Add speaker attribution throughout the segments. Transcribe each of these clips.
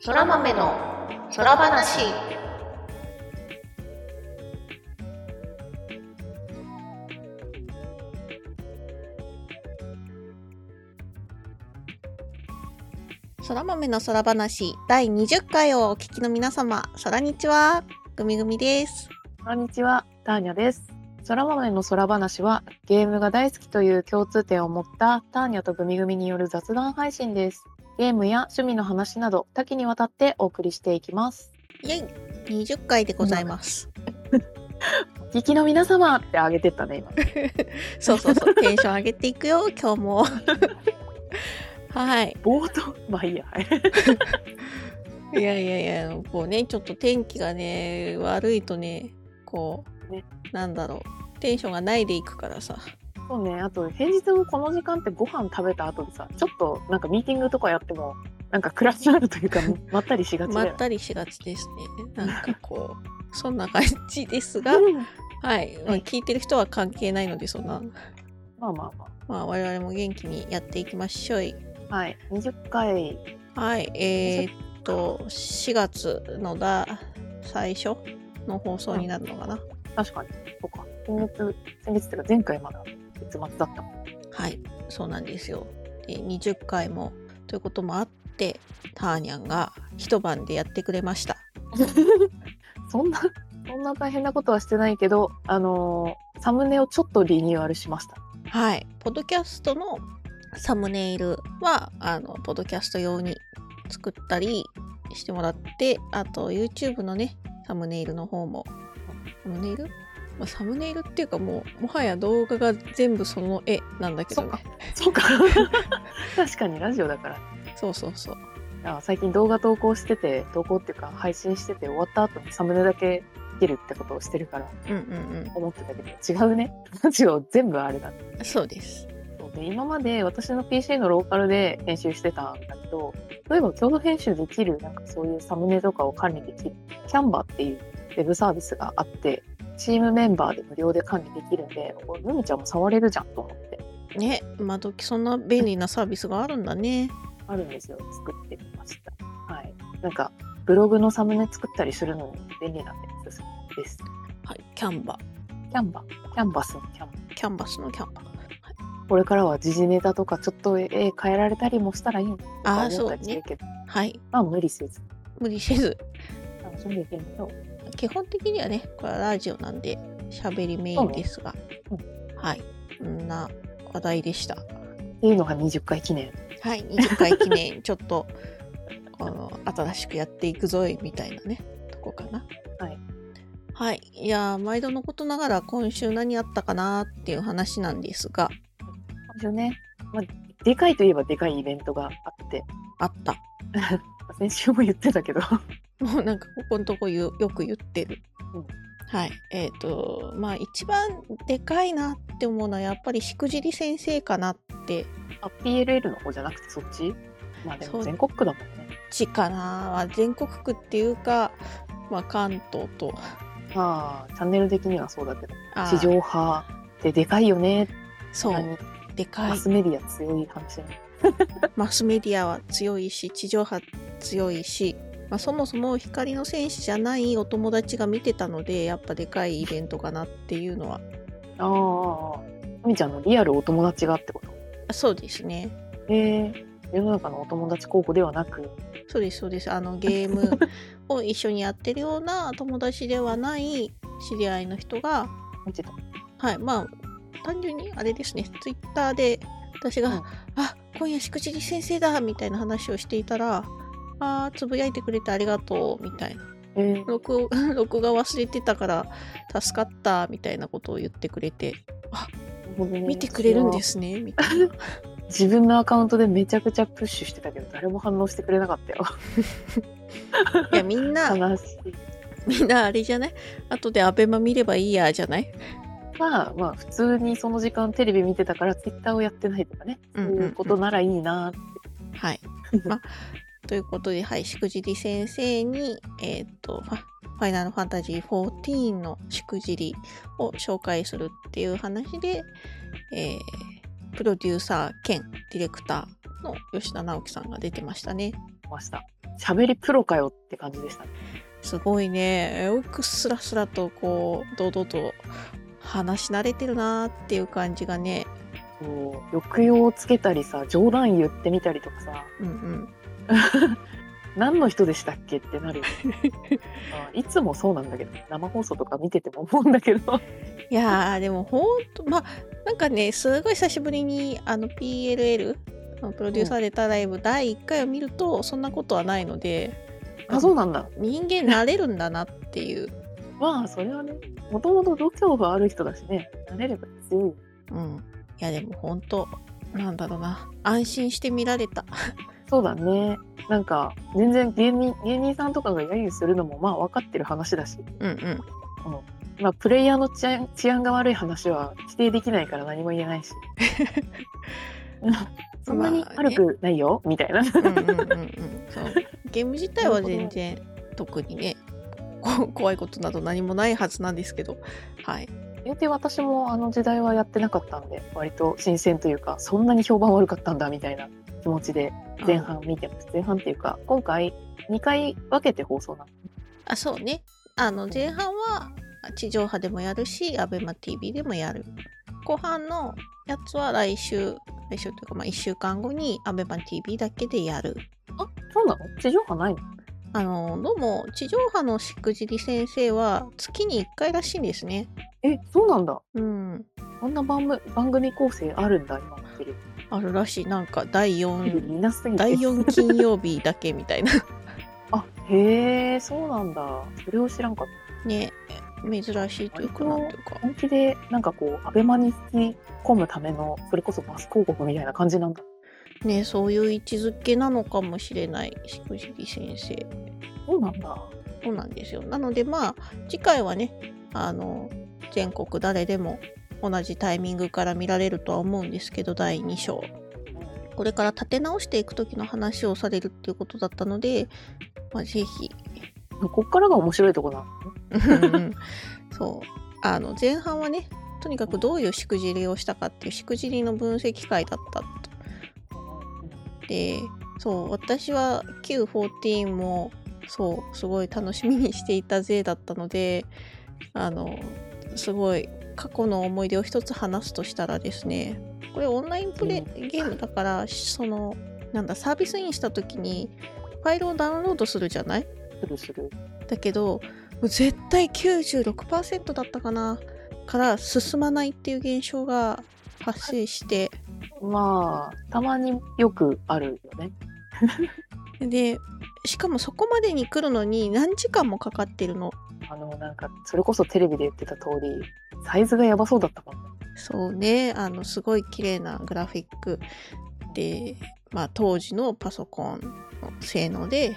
Speaker 1: そら豆の空話そら豆の空話第20回をお聞きの皆様そらにちはぐみぐみです
Speaker 2: こんにちは、ターニャです。空豆の空話はゲームが大好きという共通点を持ったターニャとグミグミによる雑談配信です。ゲームや趣味の話など多岐にわたってお送りしていきます。
Speaker 1: イェイ20回でございます、
Speaker 2: お聞きの皆様ってあげてったね今。
Speaker 1: そうそうそう テンション上げていくよ今日も はい
Speaker 2: 冒頭まあいいや。
Speaker 1: いやいやいや、こうね、ちょっと天気がね、悪いとね、こう、
Speaker 2: ね
Speaker 1: なんだろう、テンションがないでいくからさ。
Speaker 2: そうね。あと平日もこの時間ってご飯食べた後でさ、ちょっとなんかミーティングとかやってもなんか暗くなるというかまったりしがち
Speaker 1: ま
Speaker 2: だよ
Speaker 1: っ
Speaker 2: ね。
Speaker 1: たりしがちですね。なんかこ う、そんな感じですが、
Speaker 2: うん
Speaker 1: はい、まあ、
Speaker 2: はい
Speaker 1: 聞いてる人は関係ないので、そんな、
Speaker 2: まあまあま
Speaker 1: まあ、我々も元気にやっていきましょい。
Speaker 2: あ。はい。20回
Speaker 1: はい、えー、っと、4月のだ、最初の放送になるのかな。
Speaker 2: 確かに。そうか。先月先月っていうか前回まだ月末だったもんね
Speaker 1: はい、そうなんですよ。で20回もということもあってターニャンが一晩でやってくれました。
Speaker 2: そんな、 そんな大変なことはしてないけど、あのーサムネをちょっとリニューアルしました。
Speaker 1: はい、ポッドキャストのサムネイルはあのポッドキャスト用に作ったりしてもらってあと YouTube のねサムネイルの方もサムネイル、まあ、サムネイルっていうかもうもはや動画が全部その絵なんだけどね
Speaker 2: そうか。 確かにラジオだから。
Speaker 1: そうそうそう
Speaker 2: あ最近動画投稿してて、投稿っていうか配信してて終わった後にサムネだけ切るってことをしてるから
Speaker 1: うんうん
Speaker 2: 思ってたけど、違うね。ラジオ全部あれだ。
Speaker 1: うんそうです
Speaker 2: そうで今まで私の PC のローカルで編集してたんだけど例えば共同編集できるなんかそういうサムネとかを管理できるキャンバっていうウェブサービスがあってチームメンバーで無料で管理できるんでおルミちゃんも触れるじゃんと思って
Speaker 1: ね今時そんな便利なサービスがあるんだね
Speaker 2: あるんですよ作ってみましたはいなんかブログのサムネ作ったりするのに便利なんでおすすめです
Speaker 1: はい、キャンバ
Speaker 2: キャンバキャンバスのキャンバ
Speaker 1: キャンバスのキャンバ
Speaker 2: これからは時事ネタとかちょっと絵変えられたりもしたらいいなとか思ったりするけど、
Speaker 1: はい
Speaker 2: まあ無理せず
Speaker 1: 無理せず
Speaker 2: 楽しんでいけると
Speaker 1: 基本的にはねこれはラジオなんで喋りメインですが、
Speaker 2: そう
Speaker 1: はいこんな話題でした
Speaker 2: っていうのが20回記念。
Speaker 1: はい20回記 念ちょっとこの新しくやっていくぞいみたいなねとこかな
Speaker 2: はい、
Speaker 1: はい、いやー毎度のことながら今週何あったかなーっていう話なんですが
Speaker 2: ですよね。まあ、でかいといえばでかいイベントがあって、
Speaker 1: あった
Speaker 2: 先週も言ってたけ ど、
Speaker 1: もうなんかここのとこ言うよく言ってる。
Speaker 2: うん
Speaker 1: はい。えっ、とまあ一番でかいなって思うのはやっぱりしくじり先生かなって
Speaker 2: あ PLL の方じゃなくてそっちまあで
Speaker 1: そう
Speaker 2: も全国区だもんね。
Speaker 1: ちかな、まあ全国区っていうか、まあ、関東と
Speaker 2: まあ、チャンネル的にはそうだけど、
Speaker 1: あー
Speaker 2: 地上波ででかいよねって、
Speaker 1: そうでか
Speaker 2: マ
Speaker 1: い
Speaker 2: スメディア強い話ね。
Speaker 1: マスメディアは強いし地上波強いし、まあ、そもそも光の戦士じゃないお友達が見てたのでやっぱでかいイベントかなっていうのは
Speaker 2: ああああ、ああみーちゃんのリアルお友達がってこと。
Speaker 1: あそうですね
Speaker 2: へえ世の中のお友達候補ではなく、
Speaker 1: そうですそうですあ のゲームを一緒にやってるような友達ではない知り合いの人が
Speaker 2: 見てた。
Speaker 1: はいまあ単純にあれですねツイッターで私が「
Speaker 2: うん
Speaker 1: あ今夜しくじり先生だ」みたいな話をしていたら「あーつぶやいてくれてありがとう」みたいな
Speaker 2: ええ。
Speaker 1: 録「 録画忘れてたから助かった」みたいなことを言ってくれて「見てくれるんですすね」みたいな。
Speaker 2: 自分のアカウントでめちゃくちゃプッシュしてたけど誰も反応してくれなかったよ
Speaker 1: いやみん な
Speaker 2: 悲しい
Speaker 1: みんなあれじゃない後でアベマ見ればいいやじゃない
Speaker 2: まあまあ普通にその時間テレビ見てたからツイッターをやってないとかね
Speaker 1: う
Speaker 2: そ
Speaker 1: ん
Speaker 2: う
Speaker 1: うんうん
Speaker 2: いうことならいいなって
Speaker 1: はい。まあ、ということで、はい、しくじり先生に、えっ、と、ファファイナルファンタジー14のしくじりを紹介するっていう話で、えープロデューサー兼ディレクターの吉田直樹さんが出てましたね。
Speaker 2: ました喋りプロかよって感じでしたね。
Speaker 1: すごいねよくスラスラとこう堂々と話し慣れてるなーっていう感じがね
Speaker 2: こう抑揚をつけたりさ冗談言ってみたりとかさ
Speaker 1: うんうん
Speaker 2: 何の人でしたっけって なるよね、まあいつもそうなんだけど生放送とか見てても思うんだけど
Speaker 1: いやーでもほんとまあなんかねすごい久しぶりにあの PLL のプロデューサーでたライブ第1回を見るとそんなことはないので
Speaker 2: あそうなんだ
Speaker 1: 人間慣れるんだなっていう、
Speaker 2: まあそれはねもともと度胸がある人だしね慣れれば強いよ
Speaker 1: うん、いやでもほんとなんだろうな安心して見られた
Speaker 2: そうだねなんか全然芸人芸人さんとかが揶揄するのもまあ分かってる話だし、
Speaker 1: うんうん
Speaker 2: まあ、プレイヤーの治安治安が悪い話は否定できないから何も言え ないしそんなに悪くないよ、みたいな
Speaker 1: うんうんうんうんそうゲーム自体は全然特にねこ怖いことなど何もないはずなんですけどはい
Speaker 2: 言うて私もあの時代はやってなかったんで割と新鮮というかそんなに評判悪かったんだみたいな気持ちで前半見てます前半っていうか今回2回分けて放送なの
Speaker 1: あそうねあの前半は地上波でもやるし ABEMATV でもやる後半のやつは来週来週というかまあ1週間後に ABEMATV だけでやる
Speaker 2: あそうなの地上波ないの
Speaker 1: あのどうも地上波のしくじり先生は月に1回らしいんですね
Speaker 2: えそうなんだ
Speaker 1: うん
Speaker 2: こんな番組番組構成あるんだ今のテレ
Speaker 1: あるらしいなんか第
Speaker 2: ビ、
Speaker 1: 4
Speaker 2: 見なすぎて
Speaker 1: 第4金曜日だけみたいな
Speaker 2: あへえそうなんだそれを知らんかった
Speaker 1: ね珍しいというかなん
Speaker 2: 割と
Speaker 1: ていうか
Speaker 2: 本気でなんかこうアベマに引き込むためのそれこそバス広告みたいな感じなんだ
Speaker 1: ねそういう位置づけなのかもしれないしくじり先生
Speaker 2: そうなんだ
Speaker 1: そうなんですよなのでまあ次回はねあの全国誰でも同じタイミングから見られるとは思うんですけど第2章これから立て直していく時の話をされるっていうことだったので、まあ、ぜひ
Speaker 2: こっからが面白いとこなの
Speaker 1: うん そうあの前半はねとにかくどういうしくじりをしたかっていうしくじりの分析会だったとでそう私は Q14 もそうすごい楽しみにしていた勢だったのであのすごい過去の思い出を一つ話すとしたらですねこれオンラインプレイゲームだからそのなんだサービスインした時にファイルをダウンロードするじゃない
Speaker 2: するする。
Speaker 1: だけどもう絶対96%だったかなから進まないっていう現象が発生して
Speaker 2: まあ、たまによくあるよね。
Speaker 1: でしかもそこまでに来るのに何時間もかかってるの
Speaker 2: あの、なんか、それこそテレビで言ってた通り、サイズがやばそうだったもんね。
Speaker 1: そうねあのすごい綺麗なグラフィックで、まあ、当時のパソコンの性能で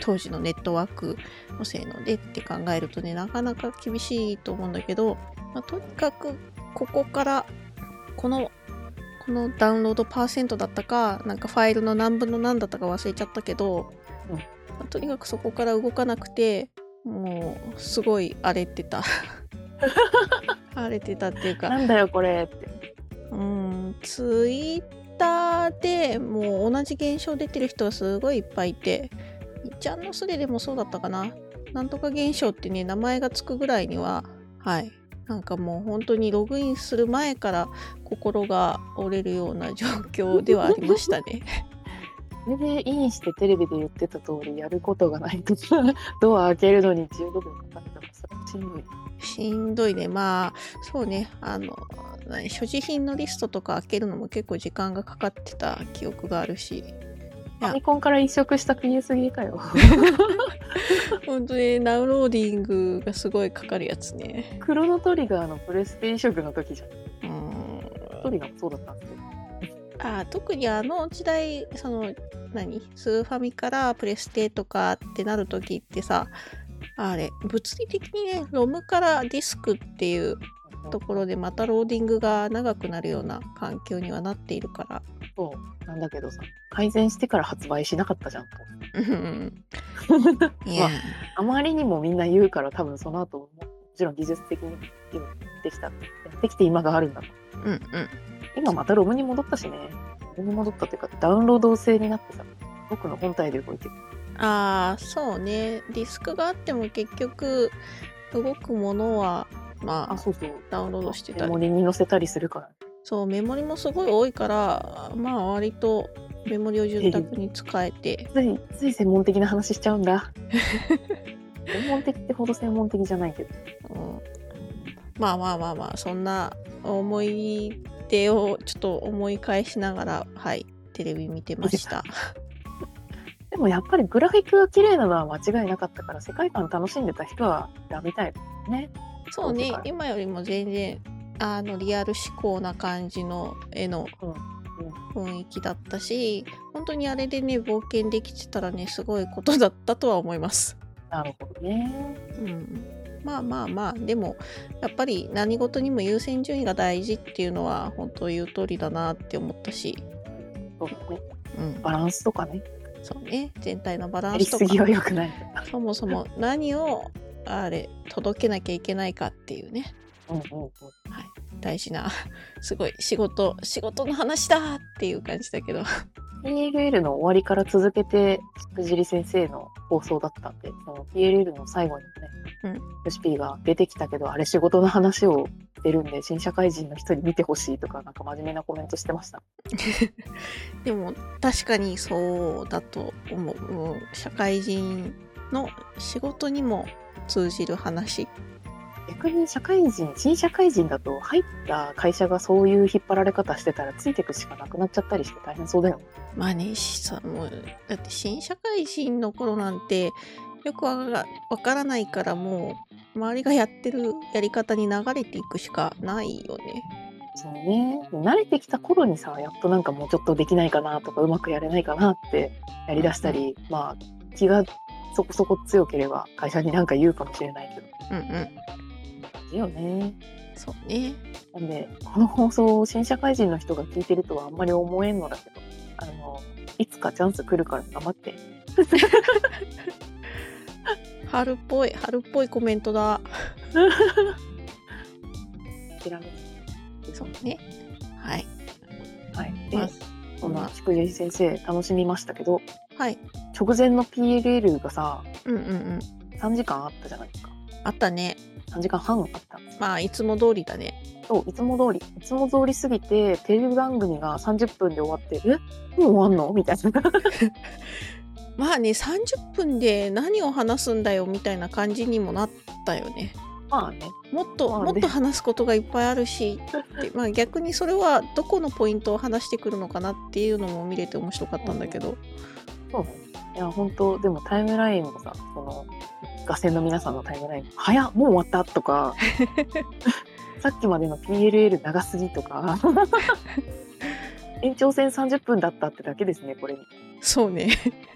Speaker 1: 当時のネットワークの性能でって考えるとねなかなか厳しいと思うんだけど、まあ、とにかくここからこのこのダウンロードパーセントだったかなんかファイルの何分の何だったか忘れちゃったけど、
Speaker 2: うん
Speaker 1: まあとにかくそこから動かなくてもうすごい荒れてた 荒れてたっていうか
Speaker 2: なんだよ、これって。
Speaker 1: うん、ツイッターでもう同じ現象出てる人がすごいいっぱいいて、いっちゃんのスレでもそうだったかな。なんとか現象ってね、名前がつくぐらいには、はい。なんかもう本当にログインする前から心が折れるような状況ではありましたね。
Speaker 2: それでインしてテレビで言ってた通り、やることがないとさ、 ドア開けるのに15分かかったからさ、しんどい。
Speaker 1: しんどいね。まあ、そうね。あの、何所持品のリストとか開けるのも結構時間がかかってた記憶があるし。
Speaker 2: ファミコンから移植した PS かよ。
Speaker 1: 本当にダウンローディングがすごいかかるやつね。
Speaker 2: クロノトリガーのプレステ移植の時じゃん。
Speaker 1: うん
Speaker 2: トリガーもそうだったんですけど。
Speaker 1: あ特にあの時代その何スーファミからプレステとかってなる時ってさあれ物理的にねロムからディスクっていうところでまたローディングが長くなるような環境にはなっている から
Speaker 2: そうなんだけどさ、改善してから発売しなかったじゃんと。
Speaker 1: うんい
Speaker 2: ま
Speaker 1: や
Speaker 2: ああまりにもみんな言うから多分その後ももちろん技術的に今できたできて今があるんだ
Speaker 1: うんうん
Speaker 2: 今またロムに戻ったしねロムに戻ったというかダウンロード制になってさ僕の本体で動いてる
Speaker 1: ああそうねディスクがあっても結局動くものはま
Speaker 2: あ、
Speaker 1: あ
Speaker 2: そうそう。
Speaker 1: ダウンロードしてた
Speaker 2: メ
Speaker 1: り
Speaker 2: モリに載せたりするから。
Speaker 1: そうメモリもすごい多いからまあ割とメモリを潤沢に使えて
Speaker 2: つい、つい専門的な話しちゃうんだ。専門的ってほど専門的じゃないけど。
Speaker 1: うんまあまあまあまあそんな思い出をちょっと思い返しながらはいテレビ見てました
Speaker 2: でもやっぱりグラフィックが綺麗なのは間違いなかったから、世界観楽しんでた人はだみたいだね。
Speaker 1: そうね
Speaker 2: そうか
Speaker 1: 今よりも全然あのリアル思考な感じの絵の
Speaker 2: うん
Speaker 1: 雰囲気だったし本当にあれでね冒険できてたらねすごいことだったとは思います。
Speaker 2: なるほどね。
Speaker 1: うんまあまあまあでもやっぱり何事にも優先順位が大事っていうのは本当言う通りだなって思ったし、
Speaker 2: そうだね。
Speaker 1: うん、
Speaker 2: バランスとかね。
Speaker 1: そうね全体のバラ
Speaker 2: や
Speaker 1: ン
Speaker 2: り
Speaker 1: ス
Speaker 2: す
Speaker 1: と
Speaker 2: ぎは
Speaker 1: か
Speaker 2: 良くない。
Speaker 1: そもそも何をあれ届けなきゃいけないかっていうね
Speaker 2: うんうんうん。
Speaker 1: 大事な すごい仕事仕事の話だっていう感じだけど
Speaker 2: PLL の終わりから続けて、しくじり先生の放送だったんで、その PLL の最後にもね、ヨシピーが出てきたけど、あれ仕事の話をしてるんで、新社会人の人に見てほしいとか、なんか真面目なコメントしてました。
Speaker 1: でも確かにそうだと思ううん社会人の仕事にも通じる話
Speaker 2: 逆に社会人、新社会人だと、入った会社がそういう引っ張られ方してたら、ついてくしかなくなっちゃったりして大変そうだよね。
Speaker 1: まあねしさもうだって新社会人の頃なんてよくわがわからないからもう周りがやってるやり方に流れていくしかないよね。
Speaker 2: そうね。慣れてきた頃にさ、やっとなんかもうちょっとできないかなとか、うまくやれないかなってやりだしたり、まあ、気がそこそこ強ければ、会社になんか言うかもしれないけど。
Speaker 1: うんうん
Speaker 2: いいよね。
Speaker 1: そうね。
Speaker 2: なんで、この放送を新社会人の人が聞いてるとはあんまり思えんのだけど、あの、いつかチャンス来るから頑張って。
Speaker 1: 春っぽい春っぽいコメントだ。
Speaker 2: 諦めず
Speaker 1: そうね。はい。
Speaker 2: はい。で
Speaker 1: まあ、
Speaker 2: そんな、しくじり先生、楽しみましたけど、
Speaker 1: はい。
Speaker 2: 直前の PLL がさ
Speaker 1: うんうんうん。
Speaker 2: 3時間あったじゃないですか
Speaker 1: あったね。
Speaker 2: 3時間半あったんです
Speaker 1: まあいつも通りだね。
Speaker 2: そういつも通りいつも通りすぎてテレビ番組が30分で終わってえもう終わんのみたいな
Speaker 1: まあね30分で何を話すんだよみたいな感じにもなったよね。
Speaker 2: まあね
Speaker 1: もっと、
Speaker 2: まあね
Speaker 1: もっと話すことがいっぱいあるし って、まあ、逆にそれはどこのポイントを話してくるのかなっていうのも見れて面白かったんだけど、
Speaker 2: そうねいや本当でもタイムラインもさその合戦の皆さんのタイムライン「早っもう終わった」とかさっきまでの PLL 長すぎとか 延長戦30分だったってだけですねこれに
Speaker 1: そうね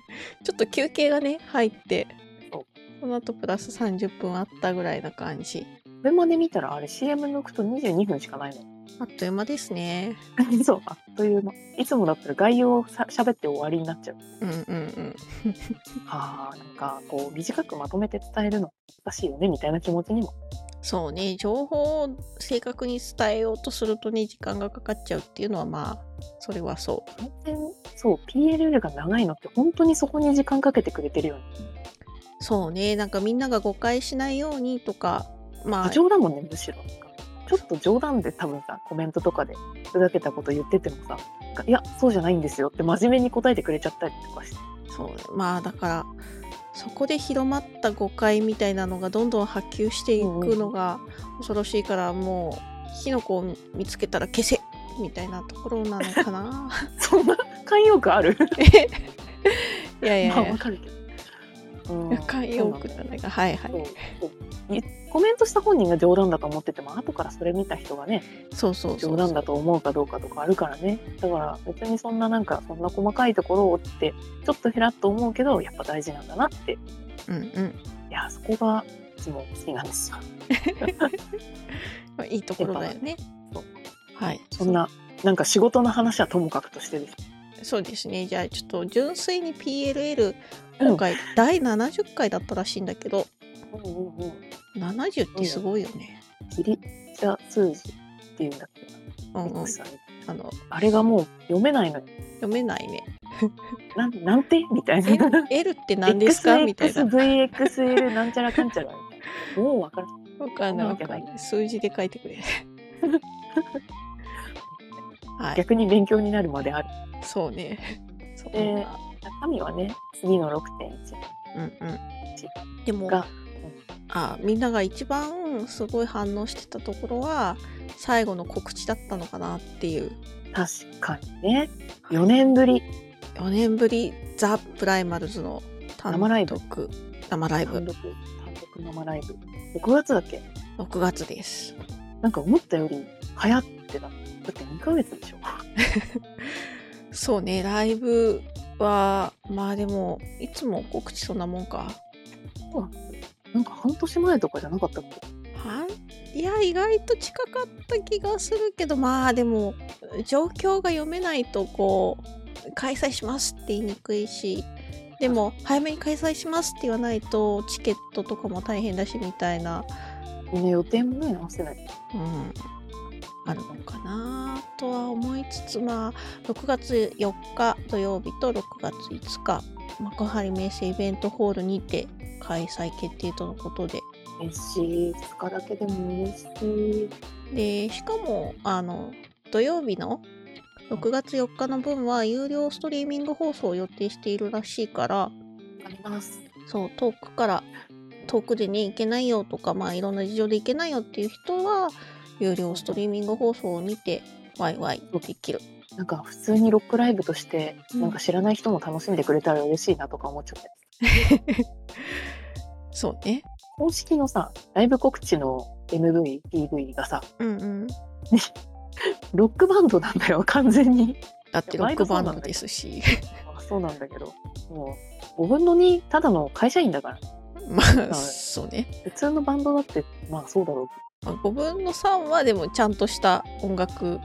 Speaker 1: ちょっと休憩がね入って
Speaker 2: そう
Speaker 1: その後プラス30分あったぐらいな感じ
Speaker 2: これまで見たらあれ CM 抜くと22分しかないの
Speaker 1: あっという間ですね
Speaker 2: そう、あっという間。いつもだったら概要をさ喋って終わりになっちゃう。
Speaker 1: うんうんうん
Speaker 2: ああ、なんかこう短くまとめて伝えるの難しいよねみたいな気持ちにも。
Speaker 1: そうね情報を正確に伝えようとするとね時間がかかっちゃうっていうのはまあそれはそ
Speaker 2: 本当にそう、PLL が長いのって本当にそこに時間かけてくれてるよね。
Speaker 1: うそうねなんかみんなが誤解しないようにとかまあ
Speaker 2: 過剰だもんね、むしろ。ちょっと冗談で多分さ、コメントとかでふざけたこと言っててもさ、なんかいや、そうじゃないんですよって真面目に答えてくれちゃったりとかして。
Speaker 1: そうまあだからそこで広まった誤解みたいなのがどんどん波及していくのが恐ろしいからもう火の粉を見つけたら消せみたいなところなのか な
Speaker 2: そんな慣用句ある
Speaker 1: いやい
Speaker 2: ま
Speaker 1: や
Speaker 2: あ
Speaker 1: い
Speaker 2: わ
Speaker 1: や
Speaker 2: かるけど。うん
Speaker 1: 慣用句じゃないかはいは
Speaker 2: そう
Speaker 1: い
Speaker 2: そういコメントした本人が冗談だと思ってても後からそれ見た人がね
Speaker 1: そうそうそ
Speaker 2: 冗
Speaker 1: う
Speaker 2: 談だと思うかどうかとかあるからねだから別にそんななんかそんな細かいところをってちょっとへらっと思うけどやっぱ大事なんだなってい
Speaker 1: うんうん
Speaker 2: やそこがいつも好きなんですよ
Speaker 1: まあいいところだよね
Speaker 2: そう
Speaker 1: はい
Speaker 2: そんななんか仕事の話はともかくとしてです
Speaker 1: そうですねじゃあちょっと純粋に PLL
Speaker 2: うん
Speaker 1: 今回第70回だったらしいんだけど
Speaker 2: うんうんうん
Speaker 1: 70ってすごいよね
Speaker 2: 切りじゃ数字っていうんだっけ
Speaker 1: うんう
Speaker 2: な、
Speaker 1: ん
Speaker 2: X はね
Speaker 1: あの
Speaker 2: あれがもう読めないのに、
Speaker 1: 読めないね。
Speaker 2: なんなんてみたいな。
Speaker 1: L, L って何ですかみたいな。
Speaker 2: XXVXL なんちゃらかんちゃらみたいな。もう分からん。
Speaker 1: わかんないわかんな。
Speaker 2: そうな
Speaker 1: 数
Speaker 2: んじゃない
Speaker 1: 字で書いてくれ。 はい。
Speaker 2: 逆に勉強になるまである。
Speaker 1: そうね。そうだ
Speaker 2: で中身はね、次の6.1
Speaker 1: うんうん。でも
Speaker 2: が、
Speaker 1: あみんなが一番すごい反応してたところは最後の告知だったのかなっていう
Speaker 2: 確かにね、4年ぶり、
Speaker 1: 4年ぶりザ・プライマルズの単独
Speaker 2: 生ライブ
Speaker 1: 生ライブ
Speaker 2: 単独、単独生ライブ。6月だっけ
Speaker 1: 6月です
Speaker 2: なんか思ったより流行ってた。だって2ヶ月でしょ。
Speaker 1: そうねライブはまあでもいつも告知そんなもんか
Speaker 2: なんか半年前とかじゃなかったっけ
Speaker 1: はいいや意外と近かった気がするけどまあでも状況が読めないとこう開催しますって言いにくいしでも早めに開催しますって言わないとチケットとかも大変だしみたいな、
Speaker 2: ね、予定もね、合わせない。
Speaker 1: うん、あるのかなとは思いつつまあ6月4日土曜日と6月5日幕張名声イベントホールにて開催決定とのことで
Speaker 2: 嬉しい。2日だけでも嬉しい。
Speaker 1: でしかもあの土曜日の6月4日の分は有料ストリーミング放送を予定しているらしいから
Speaker 2: あります。
Speaker 1: そう遠くから遠くでね行けないよとかまあいろんな事情で行けないよっていう人は有料ストリーミング放送を見てワイワイできる
Speaker 2: なんか普通にロックライブとして、
Speaker 1: うん
Speaker 2: なんか知らない人も楽しんでくれたら嬉しいなとか思っちゃって。
Speaker 1: そうね
Speaker 2: 公式のさ、ライブ告知の MV、PV がさ、
Speaker 1: うんうん
Speaker 2: ロックバンドなんだよ、 完全に。
Speaker 1: だってロックバンドですし
Speaker 2: あそうなんだけど、もう5分の2、ただの会社員だから。
Speaker 1: ま
Speaker 2: い
Speaker 1: あそうね
Speaker 2: 普通のバンドだって、まあそうだろう
Speaker 1: まあ5分の3はでもちゃんとした音楽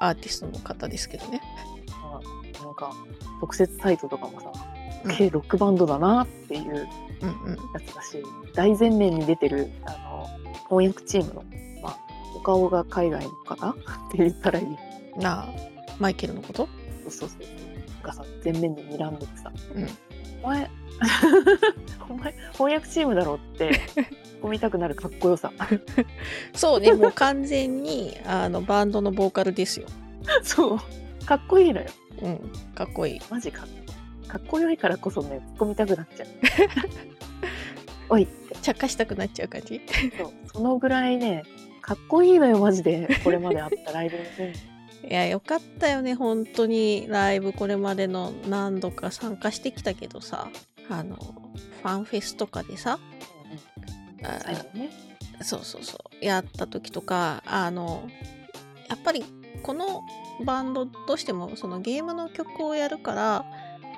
Speaker 1: アーティストの方ですけどね
Speaker 2: けど、まあ、なんか特設サイトとかもさ、
Speaker 1: うん
Speaker 2: 軽ロックバンドだなっていう
Speaker 1: うんうん
Speaker 2: やつだし、大前面に出てる、あの、翻訳チームの、まあ、お顔が海外の方 って言ったらいい。
Speaker 1: なあマイケルのこと
Speaker 2: そうそうそう。がさ、全面に睨んでてさ、
Speaker 1: うん
Speaker 2: お前、 お前、翻訳チームだろって、込みたくなるかっこよさ。
Speaker 1: そうねもう完全にあのバンドのボーカルですよ、
Speaker 2: そう。かっこいいのよ。
Speaker 1: うん、かっこいい
Speaker 2: マジかっこいい。かっこよいからこそね、突っ込みたくなっちゃう。おいって。
Speaker 1: 着火したくなっちゃう感じ
Speaker 2: そう。そのぐらいね、かっこいいのよ、マジで。これまであったライブの 全部。
Speaker 1: いやよかったよね本当にライブこれまでの何度か参加してきたけどさあのファンフェスとかでさあ
Speaker 2: 最後ね。
Speaker 1: そうそうそうやった時とかあのやっぱりこのバンドとしてもそのゲームの曲をやるから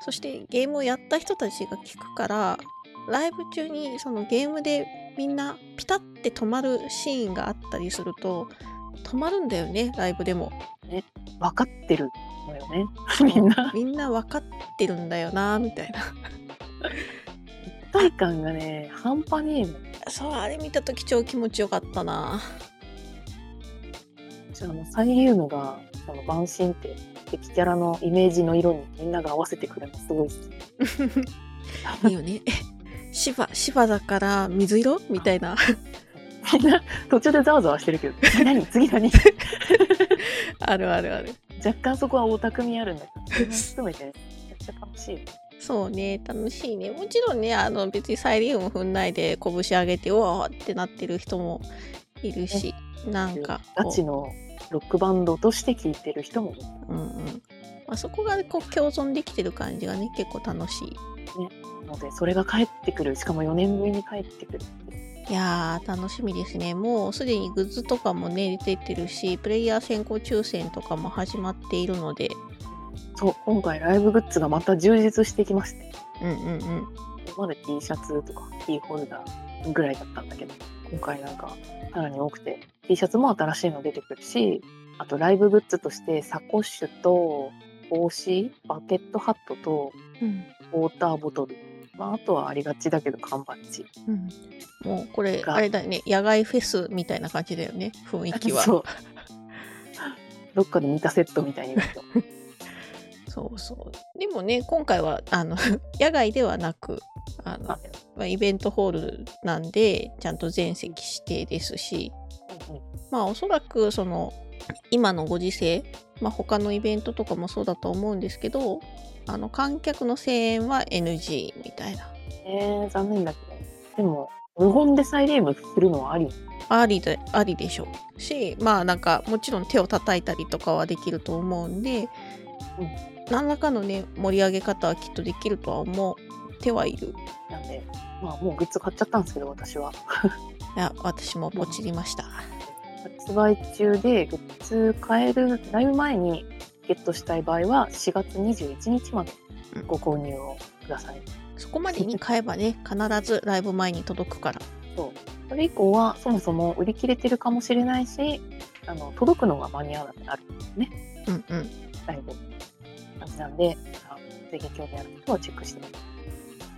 Speaker 1: そしてゲームをやった人たちが聴くからライブ中にそのゲームでみんなピタッて止まるシーンがあったりすると止まるんだよねライブでも
Speaker 2: 分かってるのよね。みんな。
Speaker 1: みんな分かってるんだよなみたいな
Speaker 2: 一体感がね、半端ねえの。
Speaker 1: そうあれ見た時超気持ちよかったな
Speaker 2: じゃああのサイリウムがその晩神って敵キャラのイメージの色にみんなが合わせてくれるのすごい好き
Speaker 1: いい よね 芝芝だから水色みたいな
Speaker 2: みんな途中でざわざわしてるけど次何 次何
Speaker 1: あるあるある
Speaker 2: 若干そこはオタクみあるんだけどそれも含めてねめっちゃ楽しい
Speaker 1: そうね楽しいねもちろんねあの別にサイリウム踏んないで拳上げてうおーってなってる人もいるしなんか
Speaker 2: ガチ
Speaker 1: こ
Speaker 2: のロックバンドとして聴いてる人も
Speaker 1: う、うんうんまあ、そこがこう共存できてる感じがね結構楽しい
Speaker 2: いるのでそれが帰ってくるしかも4年ぶりに帰ってくる
Speaker 1: いやー楽しみですねもうすでにグッズとかもね出てるしプレイヤー先行抽選とかも始まっているので
Speaker 2: そう今回ライブグッズがまた充実してきまして
Speaker 1: うんうんうん
Speaker 2: 今まで T シャツとかキーホルダーぐらいだったんだけど今回なんかさらに多くて T シャツも新しいの出てくるしあとライブグッズとしてサコッシュと帽子バケットハットと
Speaker 1: うん
Speaker 2: ウォーターボトル、まあ、あとはありがちだけど缶バッジ
Speaker 1: うん、もうこれ
Speaker 2: が
Speaker 1: あれだよね野外フェスみたいな感じだよね雰囲気は
Speaker 2: そうどっかで見たセットみたいになった。
Speaker 1: そうそう。でもね、今回は、あの、 野外ではなく、あの、
Speaker 2: あ
Speaker 1: まあイベントホールなんで、ちゃんと全席指定ですし、
Speaker 2: うんうん
Speaker 1: まあ、おそらく、その、今のご時世、まあ、他のイベントとかもそうだと思うんですけど、あの、観客の声援は NG みたいな。
Speaker 2: えー、残念だけど。でも、無言でサイレームするのはあり。
Speaker 1: ありで、ありでしょう。し、まあなんか、もちろん手を叩いたりとかはできると思うんで、
Speaker 2: う
Speaker 1: 何らかのね、盛り上げ方はきっとできるとは思ってはいる。
Speaker 2: なんで、まあ、もうグッズ買っちゃったんですけど、私は。
Speaker 1: いや、私もポチりました。
Speaker 2: 発売中でグッズ買えるだいぶ前にゲットしたい場合は4月21日まで
Speaker 1: うん
Speaker 2: ご購入をください、
Speaker 1: そこまでに買えばね、必ずライブ前に届くから。
Speaker 2: それ以降はそもそも売り切れてるかもしれないしあの届くのが間に合わなくなる
Speaker 1: うんうん。
Speaker 2: だいぶ感じなんであのぜひ興味ある人はチェックしてみて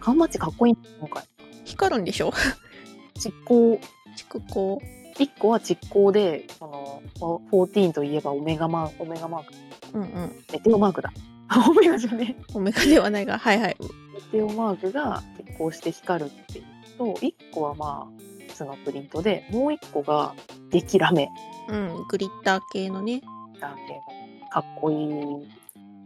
Speaker 2: 缶バッジかっこいい今回
Speaker 1: 光るんでしょ
Speaker 2: 実行
Speaker 1: 蓄光。
Speaker 2: 1個は実行でその14といえばオメガマークオメガマーク
Speaker 1: うんうん。
Speaker 2: メテオマークだ オメガじゃねえ
Speaker 1: おメガではないが、はいはい。
Speaker 2: メテオマークが結光して光るっていうと1個はまあ普通のプリントでもう1個がデキラメ
Speaker 1: うん、グリッター系のね。
Speaker 2: なんていうのかっこい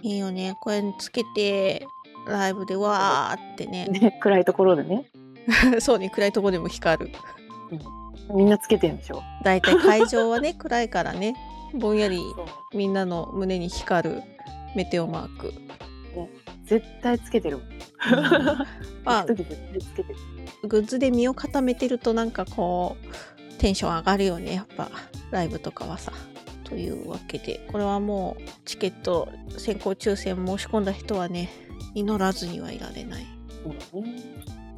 Speaker 2: い、
Speaker 1: いいよね。これつけて、ライブでわーってね。
Speaker 2: ね、暗いところでね、
Speaker 1: そうね、暗いとこでも光る。
Speaker 2: うん、みんなつけてるんでしょ
Speaker 1: 大体会場 はね暗いからねぼんやりみんなの胸に光るメテオマー ク、
Speaker 2: 絶対つけてるもん
Speaker 1: まあ
Speaker 2: 一人絶対つけてる
Speaker 1: グッズで身を固めてるとなんかこうテンション上がるよねやっぱライブとかはさというわけでこれはもうチケット先行抽選申し込んだ人はね祈らずにはいられない
Speaker 2: そうだね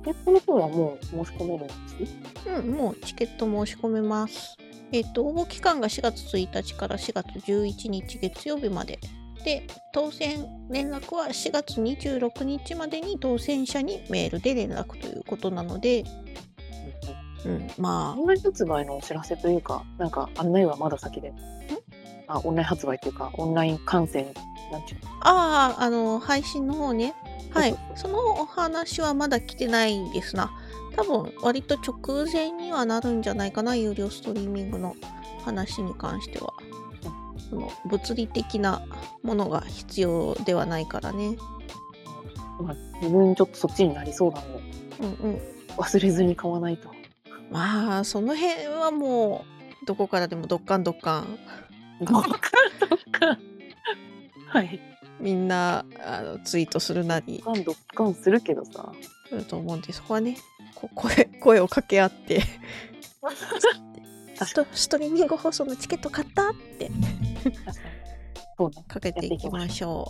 Speaker 2: でこの方はもう申し込めるんですね
Speaker 1: うんもうチケット申し込めますえっ、と応募期間が4月1日から4月11日月曜日までで当選連絡は4月26日までに当選者にメールで連絡ということなので、うん、ま
Speaker 2: オンライン発売のお知らせというかなんか案内はまだ先であオンライン発売というかオンライン観戦なんちゅうの
Speaker 1: ああああの配信の方ねはい
Speaker 2: そう
Speaker 1: そのお話はまだ来てないんですな多分割と直前にはなるんじゃないかな有料ストリーミングの話に関してはその物理的なものが必要ではないからね
Speaker 2: まあ、自分ちょっとそっちになりそうなので
Speaker 1: うんうん
Speaker 2: 忘れずに買わない と
Speaker 1: まあその辺はもうどこからでもドッカンドッカン
Speaker 2: どっかどっかはい
Speaker 1: みんなあのツイートするなり
Speaker 2: ドッカンドッカンするけど さ
Speaker 1: すると思うんでそこはねこ 声声を掛け合ってストストリーミング放送のチケット買ったって
Speaker 2: 確かにそうね
Speaker 1: かけていきましょ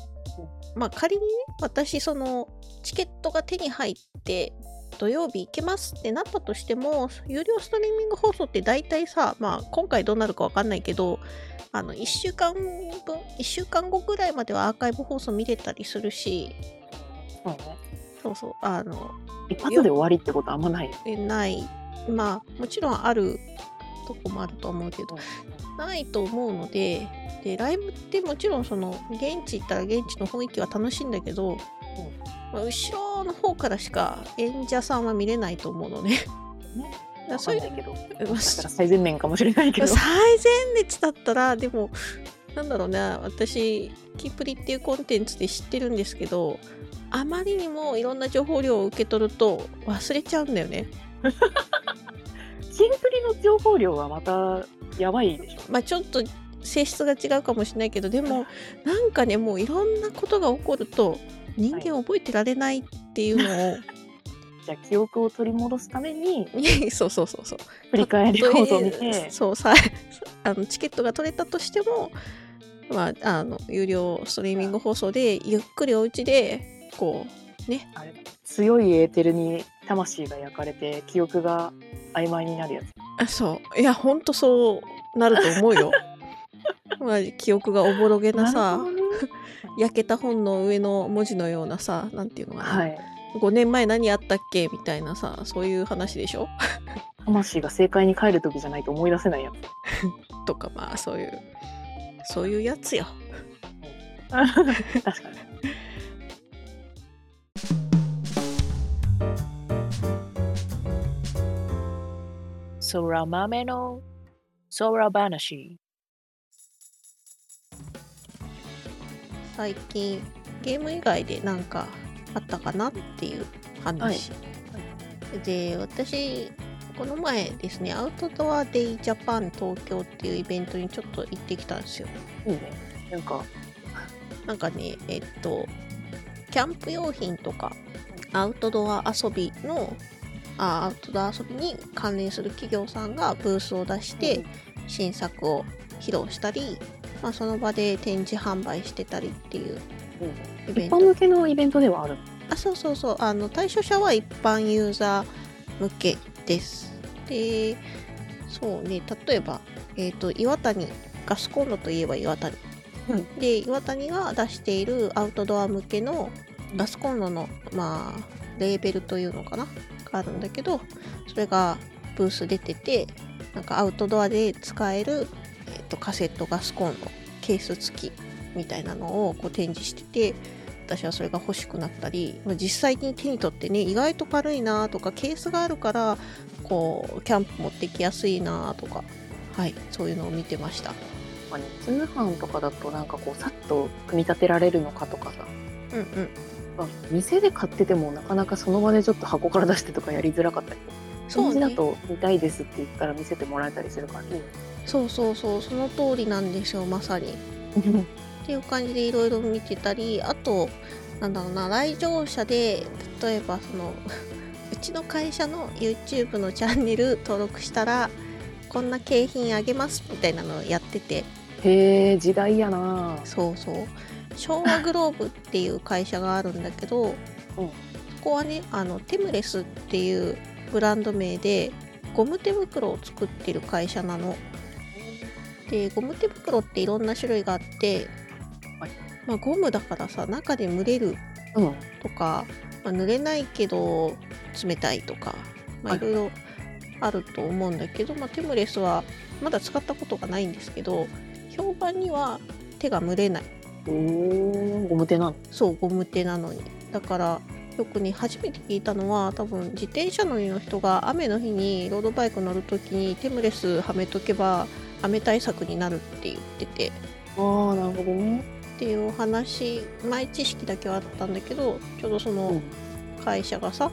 Speaker 1: う。まあ仮にね私そのチケットが手に入って土曜日行けますってなったとしても有料ストリーミング放送って大体さ、まあ、今回どうなるかわかんないけどあの1週間分1週間後ぐらいまではアーカイブ放送見れたりするし
Speaker 2: そうね
Speaker 1: そうそうあの
Speaker 2: 一発で終わりってことあんまないよ
Speaker 1: えないまあもちろんあるとこもあると思うけどないと思うのででライブってもちろんその現地行ったら現地の雰囲気は楽しいんだけど、まあ後ろの方からしか演者さんは見れないと思うのね。
Speaker 2: わ
Speaker 1: そ
Speaker 2: か
Speaker 1: うんい
Speaker 2: ないけどだ
Speaker 1: う
Speaker 2: から最前面かもしれ ないけど
Speaker 1: 最前列だったらでもなんだろうな私キプリっていうコンテンツで知ってるんですけどあまりにもいろんな情報量を受け取ると忘れちゃうんだよね。
Speaker 2: キンプリの情報量はまたやばいでしょ
Speaker 1: まあ、ちょっと性質が違うかもしれないけどでもなんかねもういろんなことが起こると人間覚えてられないっていうのを、
Speaker 2: じゃあ記憶を取り戻すために
Speaker 1: そうそうそうそう
Speaker 2: 振り返り
Speaker 1: た
Speaker 2: 行動
Speaker 1: と
Speaker 2: を
Speaker 1: え
Speaker 2: 見て
Speaker 1: そうさあのチケットが取れたとしても、まあ、あの有料ストリーミング放送でゆっくりお家でこ
Speaker 2: あれ強いエーテルに魂が焼かれて記憶が曖昧になるやつ
Speaker 1: うあそういやほんとそうなると思う よ。まあ、記憶がおぼろげなさ
Speaker 2: るほどね
Speaker 1: 焼けた本の上の文字のようなさなんていうのかな、
Speaker 2: はい
Speaker 1: 5年前何あったっけみたいなさそういう話でしょ
Speaker 2: 魂が正解に帰る時じゃないと思い出せないやつ
Speaker 1: とかまあそういうそういうやつよ。
Speaker 2: 確かに。そら豆のそら話。
Speaker 1: 最近ゲーム以外で何かあったかなっていう話、で私この前ですねアウトドアデイジャパン東京っていうイベントにちょっと行ってきたんですよ
Speaker 2: いいね。なんか、
Speaker 1: なんかねえっとキャンプ用品とかアウトドア遊びのあアウトドア遊びに関連する企業さんがブースを出して、新作を披露したり、まあ、その場で展示販売してたりっていう
Speaker 2: うん、いいね
Speaker 1: イベン
Speaker 2: 一
Speaker 1: ト
Speaker 2: 般向けのイベントではある。
Speaker 1: あそうそうそうあの対象者は一般ユーザー向けですでそうね例えば、えー、と岩谷ガスコンロといえば岩谷、
Speaker 2: うん
Speaker 1: で岩谷が出しているアウトドア向けのガスコンロのまあレーベルというのかながあるんだけどそれがブース出ててなんかアウトドアで使える、えー、とカセットガスコンロケース付きみたいなのをこう展示してて私はそれが欲しくなったりまあ実際に手に取ってね意外と軽いなとかケースがあるからこうキャンプ持ってきやすいなとかはいそういうのを見てました
Speaker 2: まあね通販とかだとなんかこうさっと組み立てられるのかとかさ、
Speaker 1: うんうん
Speaker 2: まあ、店で買っててもなかなかその場でちょっと箱から出してとかやりづらかったり
Speaker 1: そう
Speaker 2: 展
Speaker 1: ね
Speaker 2: 示だと見たいですって言ったら見せてもらえたりするからね。
Speaker 1: そうそうそうその通りなんですよまさにっていう感じでいろいろ見てたりあとなんだろうな来場者で例えばその うちの会社の YouTube のチャンネル登録したらこんな景品あげますみたいなのをやってて
Speaker 2: へえ時代やなぁ。
Speaker 1: そうそう昭和グローブっていう会社があるんだけど、そこはねあのテムレスっていうブランド名でゴム手袋を作ってる会社なの。でゴム手袋っていろんな種類があって、
Speaker 2: はい
Speaker 1: まあ、ゴムだからさ中で蒸れる
Speaker 2: うん。
Speaker 1: とか、まあ、濡れないけど冷たいとか、まあ、
Speaker 2: はい
Speaker 1: いろいろあると思うんだけど、まあ、テムレスはまだ使ったことがないんですけど評判には手が蒸れない
Speaker 2: おおゴム手なの。
Speaker 1: そうゴム手なのにだからよくね初めて聞いたのは多分自転車乗りの人が雨の日にロードバイク乗る時にテムレスはめとけば雨対策になるって言ってて
Speaker 2: ああなるほどね。
Speaker 1: っていうお話前知識だけはあったんだけどちょうどそうの
Speaker 2: ん
Speaker 1: 会社がさ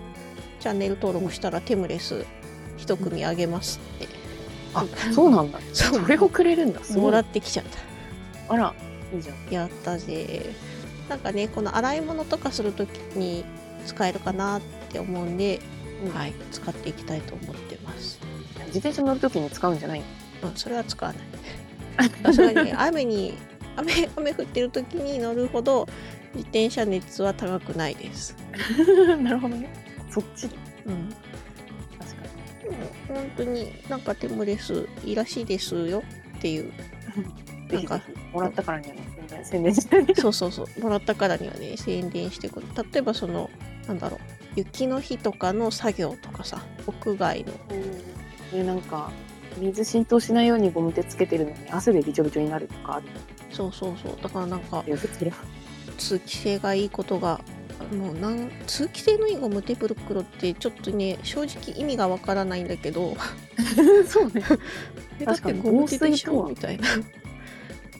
Speaker 1: チャンネル登録したらテムレス一組あげますって
Speaker 2: あそうなんだ。
Speaker 1: そう
Speaker 2: それをくれるんだ。す
Speaker 1: も
Speaker 2: ごい
Speaker 1: らってきちゃった
Speaker 2: あらいいじゃん。
Speaker 1: やったぜなんかねこの洗い物とかする時に使えるかなって思うんで、
Speaker 2: うん
Speaker 1: はい、使っていきたいと思ってます、
Speaker 2: 自転車乗るときに使うんじゃない。
Speaker 1: うん、それは使わ ないさすがに雨に雨雨降ってる時に乗るほど自転車熱は高くないです、
Speaker 2: なるほどね。そっちで
Speaker 1: うん、
Speaker 2: 確か
Speaker 1: でも本当になんかテムレスいいらしいですよっていう
Speaker 2: に。
Speaker 1: な
Speaker 2: ぜ
Speaker 1: ん
Speaker 2: ひ
Speaker 1: か
Speaker 2: ぜひもらったからにはね宣伝宣伝してね。
Speaker 1: そうそうそうもらったからにはね宣伝してくる例えばそのなんだろう雪の日とかの作業とかさ屋外の
Speaker 2: ねなんか水浸透しないようにゴム手つけてるのに汗でびちょびちょになるとかある。
Speaker 1: そうそうそうだからなんか
Speaker 2: いや別に
Speaker 1: 通気性がいいことがもうなん通気性のいいゴム手袋ってちょっとね正直意味がわからないんだけど
Speaker 2: そうね。
Speaker 1: えだっ
Speaker 2: 確か
Speaker 1: て
Speaker 2: に
Speaker 1: ゴム手でし
Speaker 2: 防水と
Speaker 1: ょ
Speaker 2: は
Speaker 1: みたいな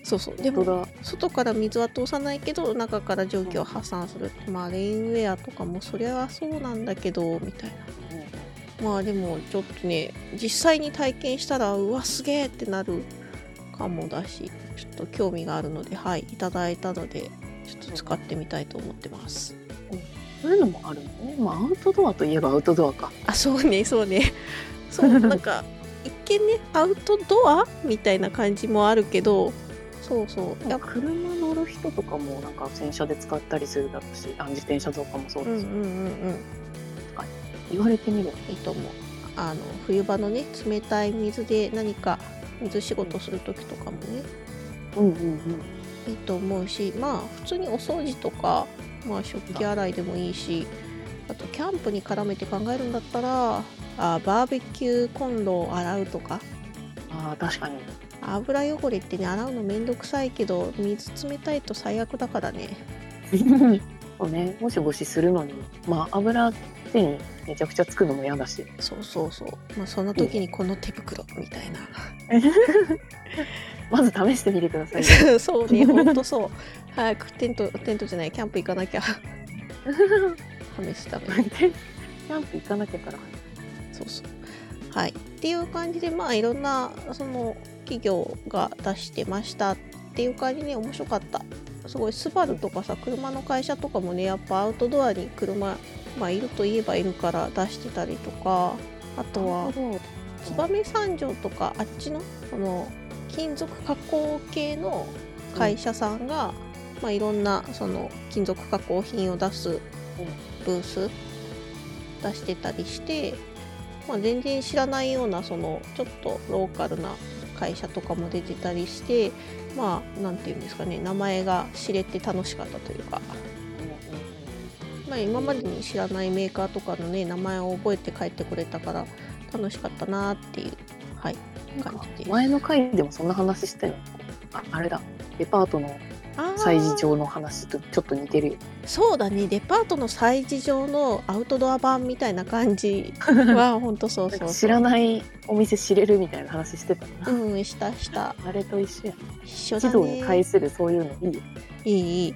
Speaker 1: そうそうで
Speaker 2: で
Speaker 1: も
Speaker 2: もだ。
Speaker 1: 外から水は通さないけど中から蒸気を破散する、まあレインウェアとかもそれはそうなんだけどみたいなまあでもちょっとね実際に体験したらうわすげえってなるかもだしちょっと興味があるのではいいただいたのでちょっと使ってみたいと思ってます
Speaker 2: そういうのもあるのね。まあアウトドアといえばアウトドアか。
Speaker 1: あそうねそうねそうなんか一見ねアウトドアみたいな感じもあるけどそうそうやっぱ
Speaker 2: 車乗る人とかもなんか洗車で使ったりするだろうしあ自転車とかもそう
Speaker 1: うんう
Speaker 2: で
Speaker 1: ん
Speaker 2: す、
Speaker 1: うんうん
Speaker 2: 言われてみれば
Speaker 1: いいと思うあの冬場のね冷たい水で何か水仕事する時とかもね
Speaker 2: うんうんうん
Speaker 1: いいと思うしまあ普通にお掃除とか、まあ、食器洗いでもいいしあとキャンプに絡めて考えるんだったらあバーベキューコンロを洗うとか
Speaker 2: ああ確かに
Speaker 1: 油汚れってね洗うのめんどくさいけど水冷たいと最悪だからね
Speaker 2: そうね、もしゴシするのに、まあ、油手にめちゃくちゃつくのも嫌だし、
Speaker 1: そうそうそう、まあ、そんな時にこの手袋みたいな
Speaker 2: まず試してみてください。
Speaker 1: そうね、ほんとそう。早くテント、テントじゃない、キャンプ行かなきゃ。試しため。
Speaker 2: キャンプ行かなきゃから。
Speaker 1: そうそう。はい。っていう感じで、まあ、いろんな、その、企業が出してましたっていう感じで、面白かった。すごい、スバルとかさ、車の会社とかもね、やっぱアウトドアに車、まあ、いるといえばいるから出してたりとか、あとは、燕三条とかあっちのこの金属加工系の会社さんが、まあ、いろんなその金属加工品を出すブース出してたりして、まあ、全然知らないようなそのちょっとローカルな会社とかも出てたりしてまあなんていうんですかね名前が知れて楽しかったというか。まあ、今までに知らないメーカーとかのね名前を覚えて帰ってこれたから楽しかったなっていう、はい、感じです。
Speaker 2: 前の回でもそんな話してるああれだデパートの
Speaker 1: あー
Speaker 2: 催事場の話とちょっと似てるよ
Speaker 1: そうだねデパートの催事場のアウトドア版みたいな感じはほんとそうそうそう
Speaker 2: 知らないお店知れるみたいな話してたな、
Speaker 1: うんしたした
Speaker 2: あれと一緒や
Speaker 1: 一緒だ
Speaker 2: 児童に
Speaker 1: ね
Speaker 2: 対するそういうのいいよ
Speaker 1: いいいい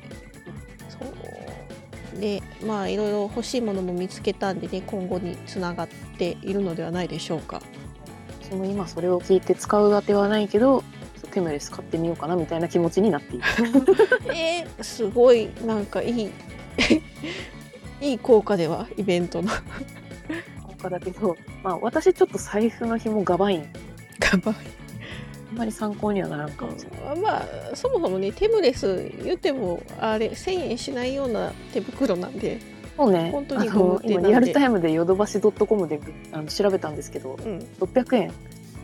Speaker 1: そうでまあいろいろ欲しいものも見つけたんでね今後につながっているのではないでしょうか
Speaker 2: その今それを聞いて使うあてはないけどそうテムレス買ってみようかなみたいな気持ちになって いる
Speaker 1: えー、すごいなんかい いいい効果ではイベントの
Speaker 2: 他だけど、まあ、私ちょっと財布の紐がばいん
Speaker 1: 頑張り
Speaker 2: あんまり参考にはならんかもしれない
Speaker 1: まあそもそもねテムレス言ってもあれ1,000円しないような手袋なんで
Speaker 2: そうね
Speaker 1: 本当に
Speaker 2: あ
Speaker 1: ゴム
Speaker 2: の
Speaker 1: 手なん
Speaker 2: 今
Speaker 1: で
Speaker 2: リアルタイムでヨドバシ .com であの調べたんですけど
Speaker 1: うん
Speaker 2: 600円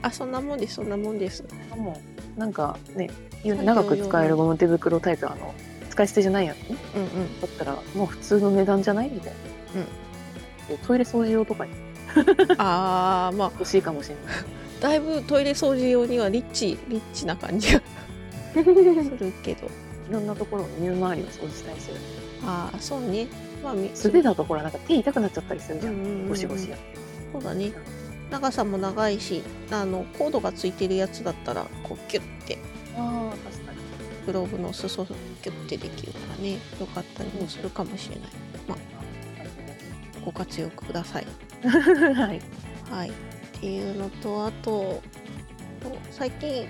Speaker 1: あそんなもんですそんなもんです
Speaker 2: もうなんかね
Speaker 1: うね
Speaker 2: 長く使えるゴム手袋タイプあの使い捨てじゃないやつね
Speaker 1: うんうん
Speaker 2: だったらもう普通の値段じゃないみたいな、でトイレ掃除用とかに
Speaker 1: あーまあ
Speaker 2: 欲しいかもしれない
Speaker 1: だいぶトイレ掃除用にはリッチリッチな感じが するけど
Speaker 2: いろんなところの身回りを掃除したりする
Speaker 1: ああそうねまあみ
Speaker 2: 素手だとほらなんか手痛くなっちゃったりするじ
Speaker 1: う
Speaker 2: ゃ
Speaker 1: ん
Speaker 2: ん、
Speaker 1: うんうんうん
Speaker 2: ゴシゴシや
Speaker 1: そうだね長さも長いしあのコードがついてるやつだったらこうキュッて
Speaker 2: ああ確かに
Speaker 1: グローブの裾キュッてできるからねよかったりもするかもしれないご活用ください
Speaker 2: はい
Speaker 1: はいっていうのとあとお最近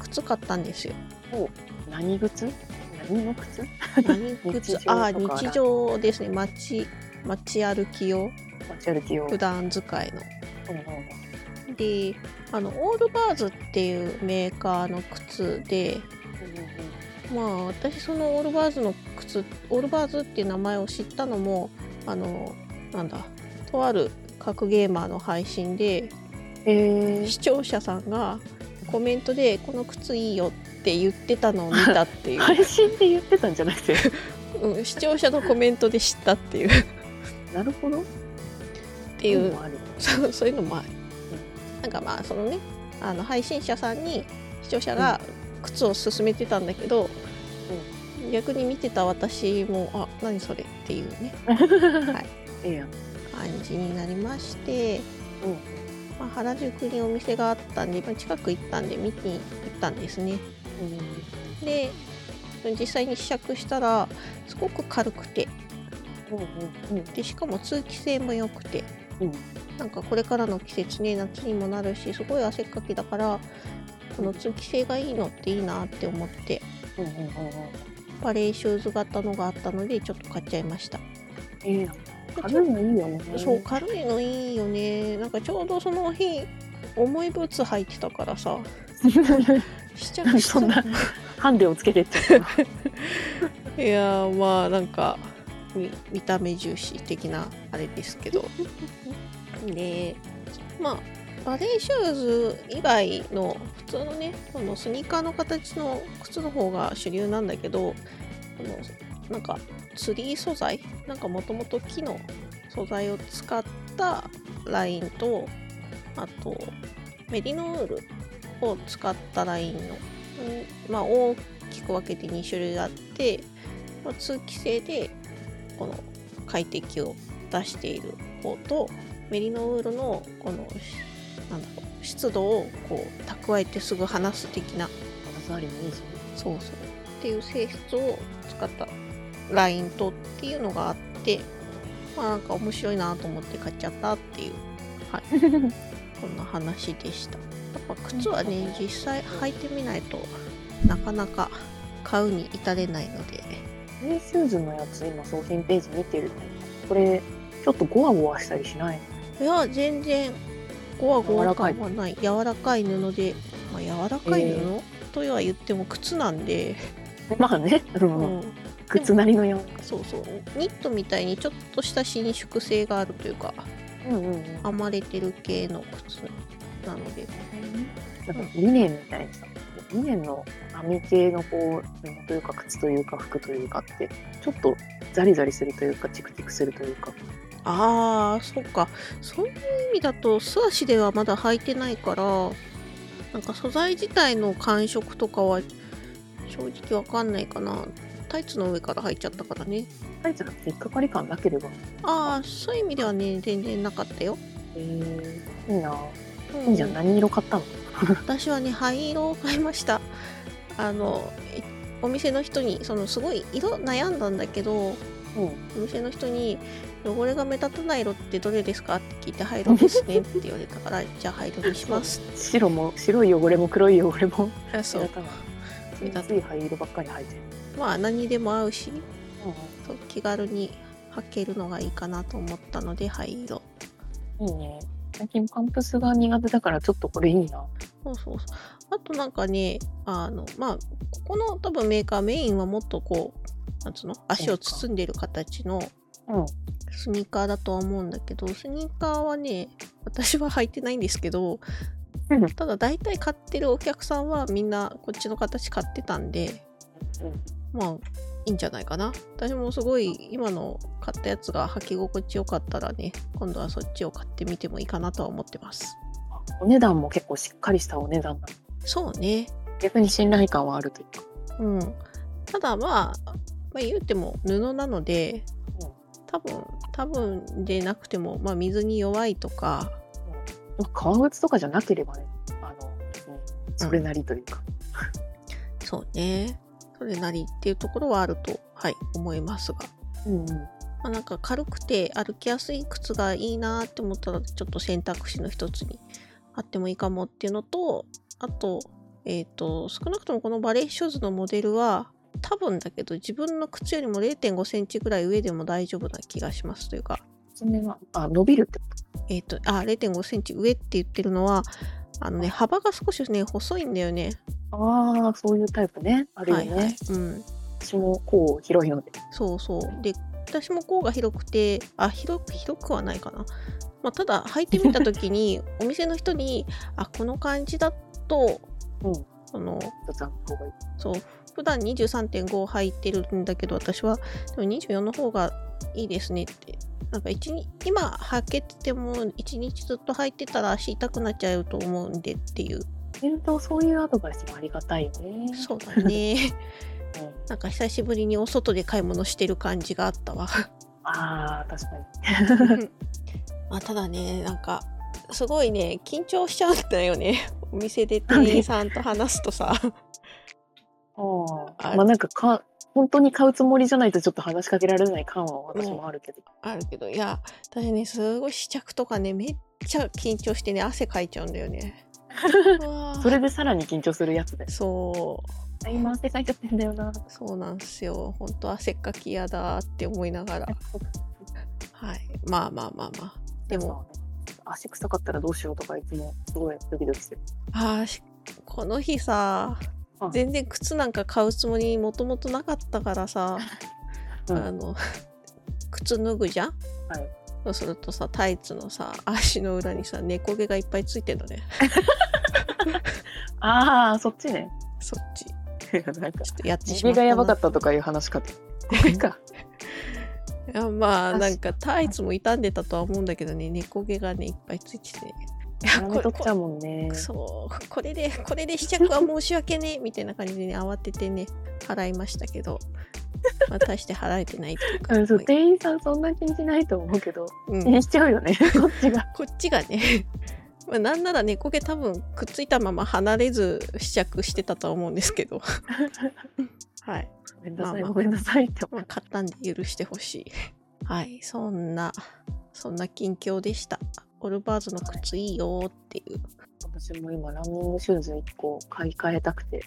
Speaker 1: 靴買ったん ですよ
Speaker 2: 何靴何の靴
Speaker 1: 何靴
Speaker 2: 日常
Speaker 1: ああ
Speaker 2: とか
Speaker 1: 日常ですね街街歩き用
Speaker 2: 街歩き用
Speaker 1: 普段使いの
Speaker 2: うんうんうん
Speaker 1: であのオールバーズっていうメーカーの靴でまあ私そのオールバーズの靴オールバーズっていう名前を知ったのもあのなんだとある格ゲーマーの配信で
Speaker 2: えー
Speaker 1: 視聴者さんがコメントで「この靴いいよ」って言ってたのを見たっていう、
Speaker 2: 配信で言ってたんじゃなくて
Speaker 1: うん、視聴者のコメントで知ったっていうっ
Speaker 2: なるほどって
Speaker 1: いう
Speaker 2: ある
Speaker 1: そうそういうのもある。なんかまあそのねあの配信者さんに視聴者が靴を勧めてたんだけど、逆に見てた私もあ何それっていうねい
Speaker 2: ええやん
Speaker 1: 感じになりまして、
Speaker 2: うん
Speaker 1: まあ、原宿にお店があったんで、まあ、近く行ったんで見に行ったんですね。で実際に試着したらすごく軽くて
Speaker 2: うんうんうん
Speaker 1: でしかも通気性も良くて
Speaker 2: うん
Speaker 1: なんかこれからの季節ね夏にもなるしすごい汗っかきだからこの通気性がいいのっていいなって思って
Speaker 2: うんうんうんうん
Speaker 1: バレーシューズ型のがあったのでちょっと買っちゃいました
Speaker 2: ええやん軽いのいいよね
Speaker 1: そう軽いのいいよねなんかちょうどその日重いブーツ履いてたからさ試着し
Speaker 2: そんなハンデをつけてっちゃった
Speaker 1: いやーまあなんかみ見た目重視的なあれですけどでまあバレーシューズ以外の普通のねこのスニーカーの形の靴の方が主流なんだけどこのなんかツリー素材なんかもともと木の素材を使ったラインとあとメリノウールを使ったラインの、うんまあ、大きく分けて2種類あって、まあ通気性でこの快適を出している方とメリノウールのこのしなんだろう湿度をこう蓄えてすぐ離す的な
Speaker 2: 技ありのいいじ
Speaker 1: そうそうっていう性質を使ったラインとっていうのがあってまあなんか面白いなと思って買っちゃったっていうはい
Speaker 2: ゃん
Speaker 1: こんな話でした。やっぱ靴はね、実際履いてみないとなかなか買うに至れないので、
Speaker 2: レイシューズのやつ今商品ページ見てるのこれちょっとゴワゴワしたりしない
Speaker 1: いや、全然ゴワゴワ感はない、柔らかい布で、まあ、柔らかい布、
Speaker 2: えー
Speaker 1: とは言っても靴なんで、
Speaker 2: のまあね、う
Speaker 1: う
Speaker 2: ん、
Speaker 1: ん
Speaker 2: 靴なりのや
Speaker 1: そうそう、ニットみたいにちょっとした伸縮性があるというか、
Speaker 2: うんうんうんなんか
Speaker 1: 編まれてる系の靴なので、
Speaker 2: リネンみたいなさリネンの編み系のこう布というか靴というか服というかってちょっとザリザリするというかチクチクするというか
Speaker 1: ああそうかそういう意味だと素足ではまだ履いてないからなんか素材自体の感触とかは正直わかんないかなタイツの上から履いちゃったからね
Speaker 2: タイツなんて引っかかり感なければ
Speaker 1: ああそういう意味ではね全然なかったよ、
Speaker 2: えー、いいな
Speaker 1: う
Speaker 2: いいじゃん何色買ったの
Speaker 1: 私はね灰色を買いましたあのいお店の人にそのすごい色悩んだんだけど
Speaker 2: うん
Speaker 1: お店の人に「汚れが目立たない色ってどれですか?」って聞いて「灰色ですね」って言われたから 「じゃあ灰色にします」
Speaker 2: 白も白い汚れも黒い汚れも
Speaker 1: あ
Speaker 2: 目
Speaker 1: そ
Speaker 2: 立
Speaker 1: う
Speaker 2: たない
Speaker 1: 目立た
Speaker 2: つい灰色ばっかり履いてる、
Speaker 1: まあ何にでも合うし
Speaker 2: う
Speaker 1: そう気軽に履けるのがいいかなと思ったので灰色
Speaker 2: ん、いいね最近パンプスが苦手だからちょっとこれいいな
Speaker 1: そうそうそうあとなんかねあのまあここの多分メーカーメインはもっとこうなんつうの足を包んでる形の
Speaker 2: うん
Speaker 1: スニーカーだとは思うんだけどスニーカーはね私は履いてないんですけど
Speaker 2: うん
Speaker 1: ただ大体買ってるお客さんはみんなこっちの形買ってたんでまあいいんじゃないかな私もすごい今の買ったやつが履き心地よかったらね今度はそっちを買ってみてもいいかなとは思ってます
Speaker 2: お値段も結構しっかりしたお値段だ
Speaker 1: そうね
Speaker 2: 逆に信頼感はあるというか
Speaker 1: うんただまあ、まあ、言うても布なので
Speaker 2: うん
Speaker 1: 多分多分でなくても、まあ、水に弱いとか
Speaker 2: まあ革靴とかじゃなければねあの、うんそれなりというか、
Speaker 1: そうねそれなりっていうところはあるとはい思いますが
Speaker 2: うんうん
Speaker 1: まあ、なんか軽くて歩きやすい靴がいいなって思ったらちょっと選択肢の一つにあってもいいかもっていうのとあと,、えー、と少なくともこのバレーシューズのモデルは多分だけど自分の靴よりも0 5センチぐらい上でも大丈夫な気がしますというか、
Speaker 2: 爪があ伸びるってこ
Speaker 1: えー、とあ0 5センチ上って言ってるのはあのね幅が少しね細いんだよね。
Speaker 2: とああそういうタイプねあるよね、
Speaker 1: はいはいうん、
Speaker 2: 私もこう広いので
Speaker 1: そうそうで私も甲が広くてあ広く広くはないかな、まあ、ただ履いてみた時 にお店の人にあこの感じだと、
Speaker 2: うん
Speaker 1: その
Speaker 2: 一つあった方がいい
Speaker 1: そう普段23.5履いてるんだけど私はでも24の方がいいですねってなんか一日今履けてても1日ずっと履いてたら足痛くなっちゃうと思うんでっていう
Speaker 2: 見るとそういうアドバイスもありがたいよね
Speaker 1: そうだね
Speaker 2: うん
Speaker 1: なんか久しぶりにお外で買い物してる感じがあった わ
Speaker 2: ああ確かに
Speaker 1: まあ、ただねなんかすごいね緊張しちゃうんだよね お店で店員さんと話すとさ
Speaker 2: あ
Speaker 1: あ
Speaker 2: あまあなんかか本当に買うつもりじゃないとちょっと話しかけられない感は私もあるけど、
Speaker 1: あるけどいや私ねすごい試着とかねめっちゃ緊張してね汗かいちゃうんだよ ねうわー
Speaker 2: それでさらに緊張するやつで
Speaker 1: そう
Speaker 2: あ今汗かいちゃってんだよな
Speaker 1: そうなんですよほんと汗っかきやだって思いながらはいまあまあまあまあでも
Speaker 2: 足臭かったらどうしようとかいつもすごいドキドキする
Speaker 1: あーしこの日さ
Speaker 2: うん
Speaker 1: 全然靴なんか買うつもりもともとなかったからさ、
Speaker 2: うん
Speaker 1: あの 靴脱ぐじゃん、
Speaker 2: はい
Speaker 1: そうするとさタイツのさ足の裏にさ猫毛がいっぱいついてんのね
Speaker 2: ああそっちね
Speaker 1: そっちちょ
Speaker 2: なんか
Speaker 1: っとやってし
Speaker 2: 地
Speaker 1: ま
Speaker 2: 毛
Speaker 1: った
Speaker 2: が
Speaker 1: な
Speaker 2: やばかったとかいう話かとこれか
Speaker 1: いやまあ
Speaker 2: 確か
Speaker 1: なんかタイツも傷んでたとは思うんだけどね猫毛がねいっぱいついてて
Speaker 2: やめ
Speaker 1: これ
Speaker 2: とっちゃうもんね。
Speaker 1: そうこれでこれで試着は申し訳ねえみたいな感じで、ね、慌ててね払いましたけど、まあ、大して払えてないというか、
Speaker 2: うん、そう店員さんそんな気にしないと思うけど
Speaker 1: うん
Speaker 2: 気にしちゃうよねこっちが
Speaker 1: こっちがね まあなんならねこげ多分くっついたまま離れず試着してたとは思うんですけ どはい、
Speaker 2: ごめんな
Speaker 1: ま
Speaker 2: さい、
Speaker 1: あまあ
Speaker 2: ごめんなさいって思
Speaker 1: まあ、買ったんで許してほしいはいそんなそんな近況でしたオルバーズの靴いいよーっていう
Speaker 2: う私も今ランニングシューズ1個買い替えたくて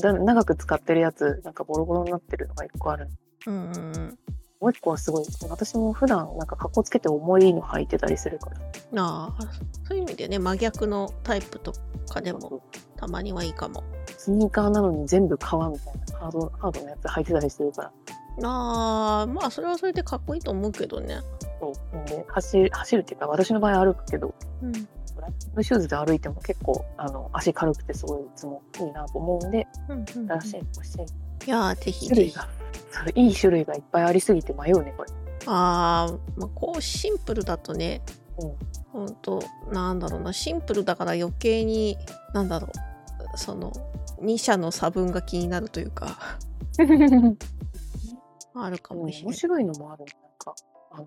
Speaker 2: だ長く使ってるやつなんかボロボロになってるのが1個ある
Speaker 1: うんうんうん
Speaker 2: もう1個はすごい私も普段なんか格好つけて重いの履いてたりするから
Speaker 1: ああそういう意味でね真逆のタイプとかでもたまにはいいかも
Speaker 2: スニーカーなのに全部革みたいなハードハードのやつ履いてたりするから
Speaker 1: あーまあそれはそれでかっこいいと思うけどね
Speaker 2: そうで走る走るっていうか私の場合歩くけど
Speaker 1: うん
Speaker 2: ランニングシューズで歩いても結構あの足軽くてすごいいつもいいなと思うんで
Speaker 1: うんうんうん
Speaker 2: 新しいの欲しい
Speaker 1: いやーぜひ
Speaker 2: 種
Speaker 1: ぜ
Speaker 2: 類
Speaker 1: ひ
Speaker 2: がそういい種類がいっぱいありすぎて迷う ねこれ
Speaker 1: あー、まあ、こうシンプルだとね、
Speaker 2: う
Speaker 1: ほんとなんだろうなシンプルだから余計になんだろうその2社の差分が気になるというかあるかもしれ
Speaker 2: 面
Speaker 1: ない。
Speaker 2: 白いのもあるなんかあの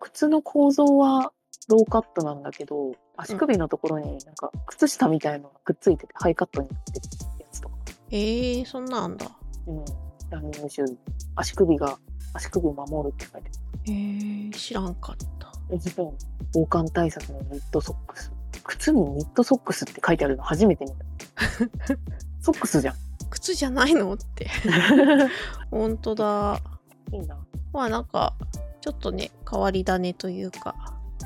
Speaker 2: 靴の構造はローカットなんだけど足首のところになんか靴下みたいのがくっついててハイカットになってるやつとか、
Speaker 1: えー、そんなんあんだ。
Speaker 2: うん、ランニングシューズ足首が足首を守るって書いて
Speaker 1: えー、知らんかった。
Speaker 2: ある防寒対策のニットソックス靴にニットソックスって書いてあるの初めて見たソックスじ ゃん
Speaker 1: 靴じゃないのって。ほんとだ。
Speaker 2: いいな
Speaker 1: まあなんかちょっとね変わり種というか。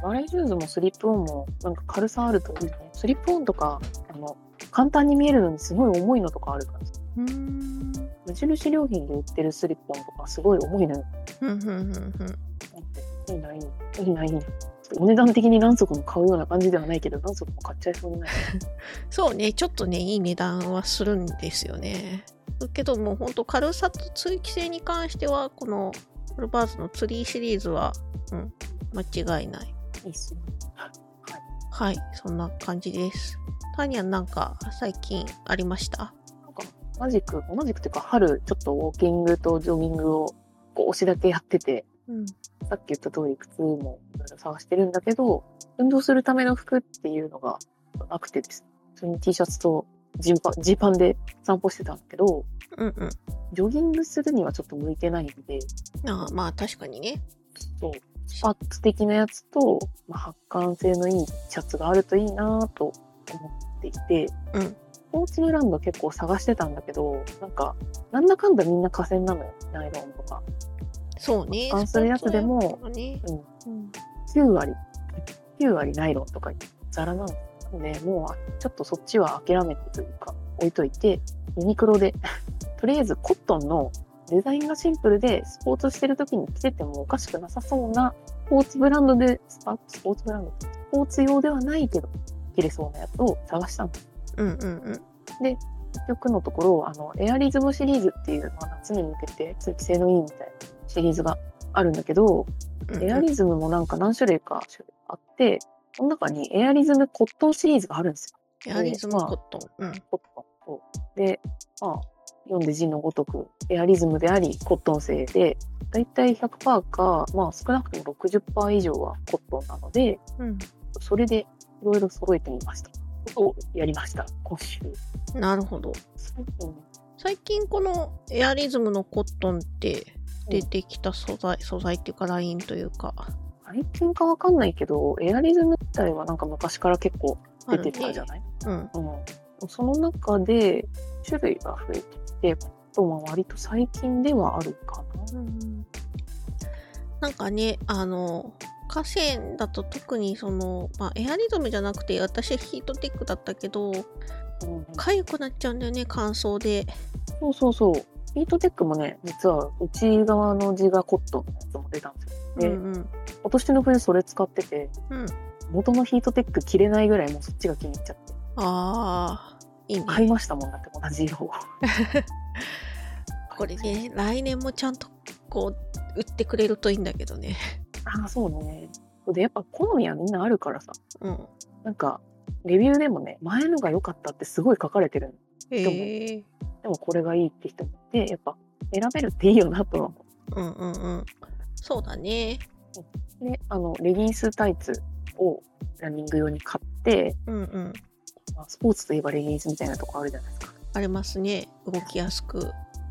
Speaker 2: バレーシューズもスリップオンもなんか軽さあるといいね。スリップオンとかあの簡単に見えるのにすごい重いのとかあるからさ
Speaker 1: うーん。
Speaker 2: 無印良品で売ってるスリップオンとかすごい重いのよ。
Speaker 1: ふんふんふんふん。
Speaker 2: いいな、いいな、いいな、いいな。お値段的に何足も買うような感じではないけど、何足も買っちゃいそうになる。
Speaker 1: そうね、ちょっとね、いい値段はするんですよね。けどもうほんと軽さと通気性に関しては、このフルバーズのツリーシリーズは、うん、間違いない。
Speaker 2: いいっすね。
Speaker 1: はい、そんな感じです。タニアンなんか最近ありました
Speaker 2: 同じく、同じくっていうか、春、ちょっとウォーキングとジョギングをこう押しだけやってて、
Speaker 1: うん。
Speaker 2: さっき言った通り靴もいろいろ探してるんだけど、運動するための服っていうのがなくてです。普通に T シャツとジーパンジーパンで散歩してたんだけど、
Speaker 1: うんうん。
Speaker 2: ジョギングするにはちょっと向いてないんで、
Speaker 1: ああまあ確かにね。
Speaker 2: そうスパッツ的なやつと、まあ、発汗性のいいシャツがあるといいなぁと思っていて、
Speaker 1: うん
Speaker 2: スポーツブランド結構探してたんだけど、なんか、なんだかんだみんな河川なのよ、ナイロンとか。
Speaker 1: そうね。
Speaker 2: 発汗するやつでも、
Speaker 1: ね。
Speaker 2: うん、
Speaker 1: うん。
Speaker 2: 9割、9割ナイロンとかザラなので、もうちょっとそっちは諦めてというか、置いといて、ユニクロで、 とりあえずコットンのデザインがシンプルで、スポーツしてる時に着ててもおかしくなさそうな、スポーツブランドで、スパスポーツブランド、スポーツ用ではないけど、着れそうなやつを探したの。
Speaker 1: うんうんうん。
Speaker 2: 結局のところ、あの、エアリズムシリーズっていうのは夏に向けて通気性のいいみたいなシリーズがあるんだけど、
Speaker 1: うんうん
Speaker 2: エアリズムもなんか何種類か種類あって、その中にエアリズムコットンシリーズがあるんですよ。
Speaker 1: エアリズムコットン。うん。
Speaker 2: コットンと。で、まあ、読んで字のごとく、エアリズムであり、コットン製で、だいたい100%か、まあ少なくとも60%以上はコットンなので、
Speaker 1: うん。
Speaker 2: それでいろいろ揃えてみました。をやりました、今週。
Speaker 1: なるほど。最近このエアリズムのコットンって出てきた素材、素材っていうかラインというか
Speaker 2: 最近かわかんないけど、エアリズム自体はなんか昔から結構出てたじゃない
Speaker 1: あるね
Speaker 2: うん、その中で種類が増えてきて、コットンは割と最近ではあるかな。
Speaker 1: うん、なんかねあの河川だと特にその、まあ、エアリズムじゃなくて私はヒートテックだったけど
Speaker 2: うん、
Speaker 1: 痒くなっちゃうんだよね乾燥で
Speaker 2: そうそうそう。ヒートテックもね、実は内側の地がコットンのやつも出たんですよ。
Speaker 1: う
Speaker 2: で、
Speaker 1: んうん
Speaker 2: 今年の冬それ使ってて、
Speaker 1: うん
Speaker 2: 元のヒートテック着れないぐらいもうそっちが気に入っちゃって、
Speaker 1: あーいいね、
Speaker 2: 買いましたもんだって同じ色を。
Speaker 1: これね来年もちゃんとこう売ってくれるといいんだけどね
Speaker 2: ああ、そうね。で、やっぱ好みはみんなあるからさ、
Speaker 1: うん
Speaker 2: なんか、レビューでもね前のが良かったってすごい書かれてるの
Speaker 1: へえ
Speaker 2: でもこれがいいって人もいてやっぱ選べるっていいよなとは思
Speaker 1: うんうんうんそうだね
Speaker 2: うであのレギンスタイツをランニング用に買って、
Speaker 1: うんうん
Speaker 2: まあスポーツといえばレギンスみたいなとこあるじゃないですか
Speaker 1: ありますね動きやすく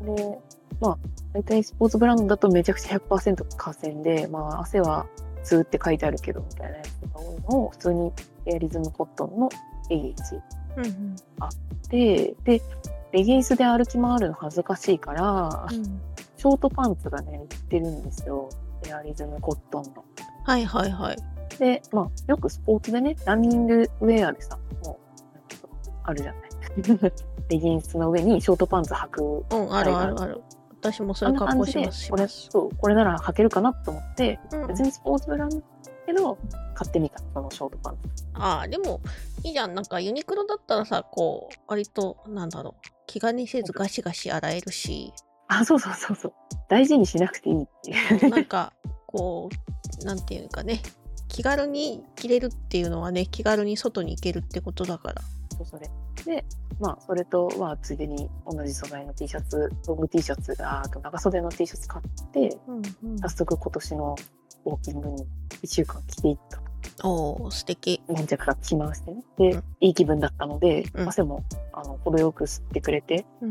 Speaker 2: でまあ大体スポーツブランドだとめちゃくちゃ100%河川でまあ汗は普通って書いてあるけどみたいなやつが多いのを普通にエアリズムコットンのレギンス
Speaker 1: うんうん
Speaker 2: ででレギンスで歩き回るの恥ずかしいから
Speaker 1: うん
Speaker 2: ショートパンツがね売ってるんですよエアリズムコットンの。
Speaker 1: はいはいはい
Speaker 2: でまあよくスポーツでねランニングウェアでさもうなんかあるじ ゃないレギンスの上にショートパンツ履く
Speaker 1: うんあるあるある私もそ
Speaker 2: あん
Speaker 1: れ
Speaker 2: な
Speaker 1: 格
Speaker 2: 感
Speaker 1: 好
Speaker 2: じ
Speaker 1: し
Speaker 2: で
Speaker 1: ますし
Speaker 2: これ
Speaker 1: ます
Speaker 2: そうこれなら履けるかなと思って
Speaker 1: うん
Speaker 2: 別にスポーツブランドだけど買ってみたそのショートパンツ。
Speaker 1: ああでもいいじゃんなんかユニクロだったらさこう割となんだろう気兼ねせずガシガシ洗えるし
Speaker 2: あそうそうそうそう大事にしなくていいっていう。
Speaker 1: なん かこうなんていうかね気軽に着れるっていうのはね気軽に外に行けるってことだから
Speaker 2: そうそれでまあそれとまあついでに同じ素材の T シャツロング T シャツあーあと長袖の T シャツ買って
Speaker 1: うんうん
Speaker 2: 早速今年のウォーキングに1週間着ていった
Speaker 1: おお素敵
Speaker 2: 粘着が着回してねで、
Speaker 1: うん
Speaker 2: いい気分だったので、
Speaker 1: うん
Speaker 2: 汗もあの程よく吸ってくれて、
Speaker 1: うん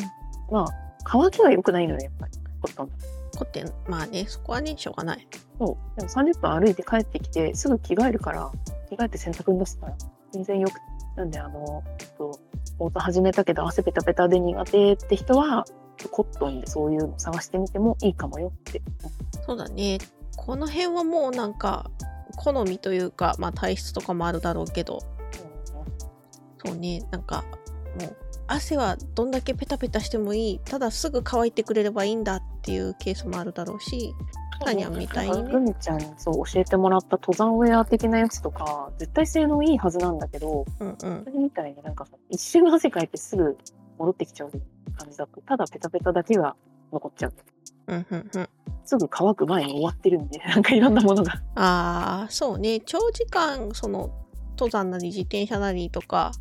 Speaker 2: まあ乾きは良くないのよやっぱりコットンだと
Speaker 1: コテンまあねそこはねしょうがない
Speaker 2: そうでも30分歩いて帰ってきてすぐ着替えるから着替えて洗濯に出したら全然よくなんであのそうスポーツ始めたけど汗ペタペタで苦手って人はコットンでそういうの探してみてもいいかもよって
Speaker 1: そうだねこの辺はもうなんか好みというかまあ体質とかもあるだろうけどそうねなんかもう汗はどんだけペタペタしてもいいただすぐ乾いてくれればいいんだっていうケースもあるだろうしタニャンみたいにね
Speaker 2: グミちゃんにそう教えてもらった登山ウェア的なやつとか絶対性能いいはずなんだけど
Speaker 1: うんうん
Speaker 2: それみたいになんかさ一瞬汗かいてすぐ戻ってきちゃう感じだとただペタペタだけが残っちゃう
Speaker 1: うんうんうん
Speaker 2: すぐ乾く前に終わってるんで なんかいろんなものが
Speaker 1: あーそうね長時間その登山なり自転車なりとか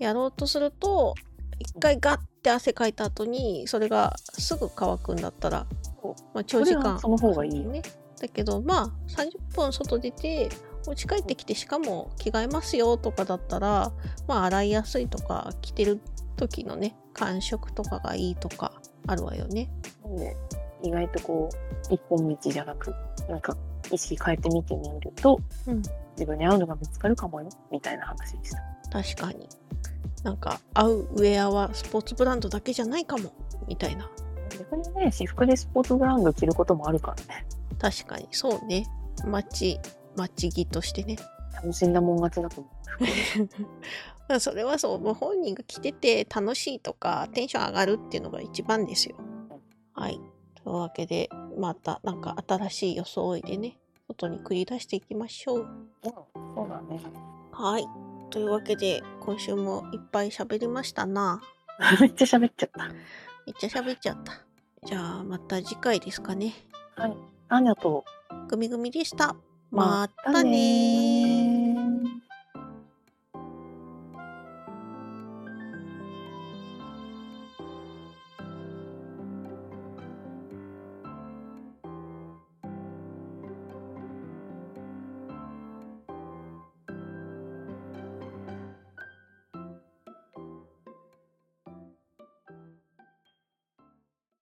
Speaker 1: やろうとすると一回ガッて汗かいた後にそれがすぐ乾くんだったら
Speaker 2: そう、
Speaker 1: まあ、長時
Speaker 2: それ
Speaker 1: 間
Speaker 2: はその方がいいよ
Speaker 1: ねだけどまあ30分外出てお家帰ってきてしかも着替えますよとかだったらまあ洗いやすいとか着てる時のね感触とかがいいとかあるわよね。
Speaker 2: なんで意外とこう一本道じゃなくなんか意識変えてみてみると、
Speaker 1: うん
Speaker 2: 自分に合うのが見つかるかもよみたいな話でした。
Speaker 1: 確かになんか合うウェアはスポーツブランドだけじゃないかもみたいな
Speaker 2: 逆にね私服でスポーツブランド着ることもあるからね
Speaker 1: 確かにそうね街街着としてね
Speaker 2: 楽しんだもん勝ちだと思
Speaker 1: まあそれはそうもう本人が着てて楽しいとかテンション上がるっていうのが一番ですよはいというわけでまたなんか新しい装いでね外に繰り出していきましょう
Speaker 2: う。うん、そうだね。
Speaker 1: はいというわけで今週もいっぱい喋りましたな
Speaker 2: めっちゃ喋っちゃった。
Speaker 1: めっちゃ喋っちゃったじゃあまた次回ですかね
Speaker 2: ありがとう。
Speaker 1: グミグミでした。またねー。
Speaker 2: ー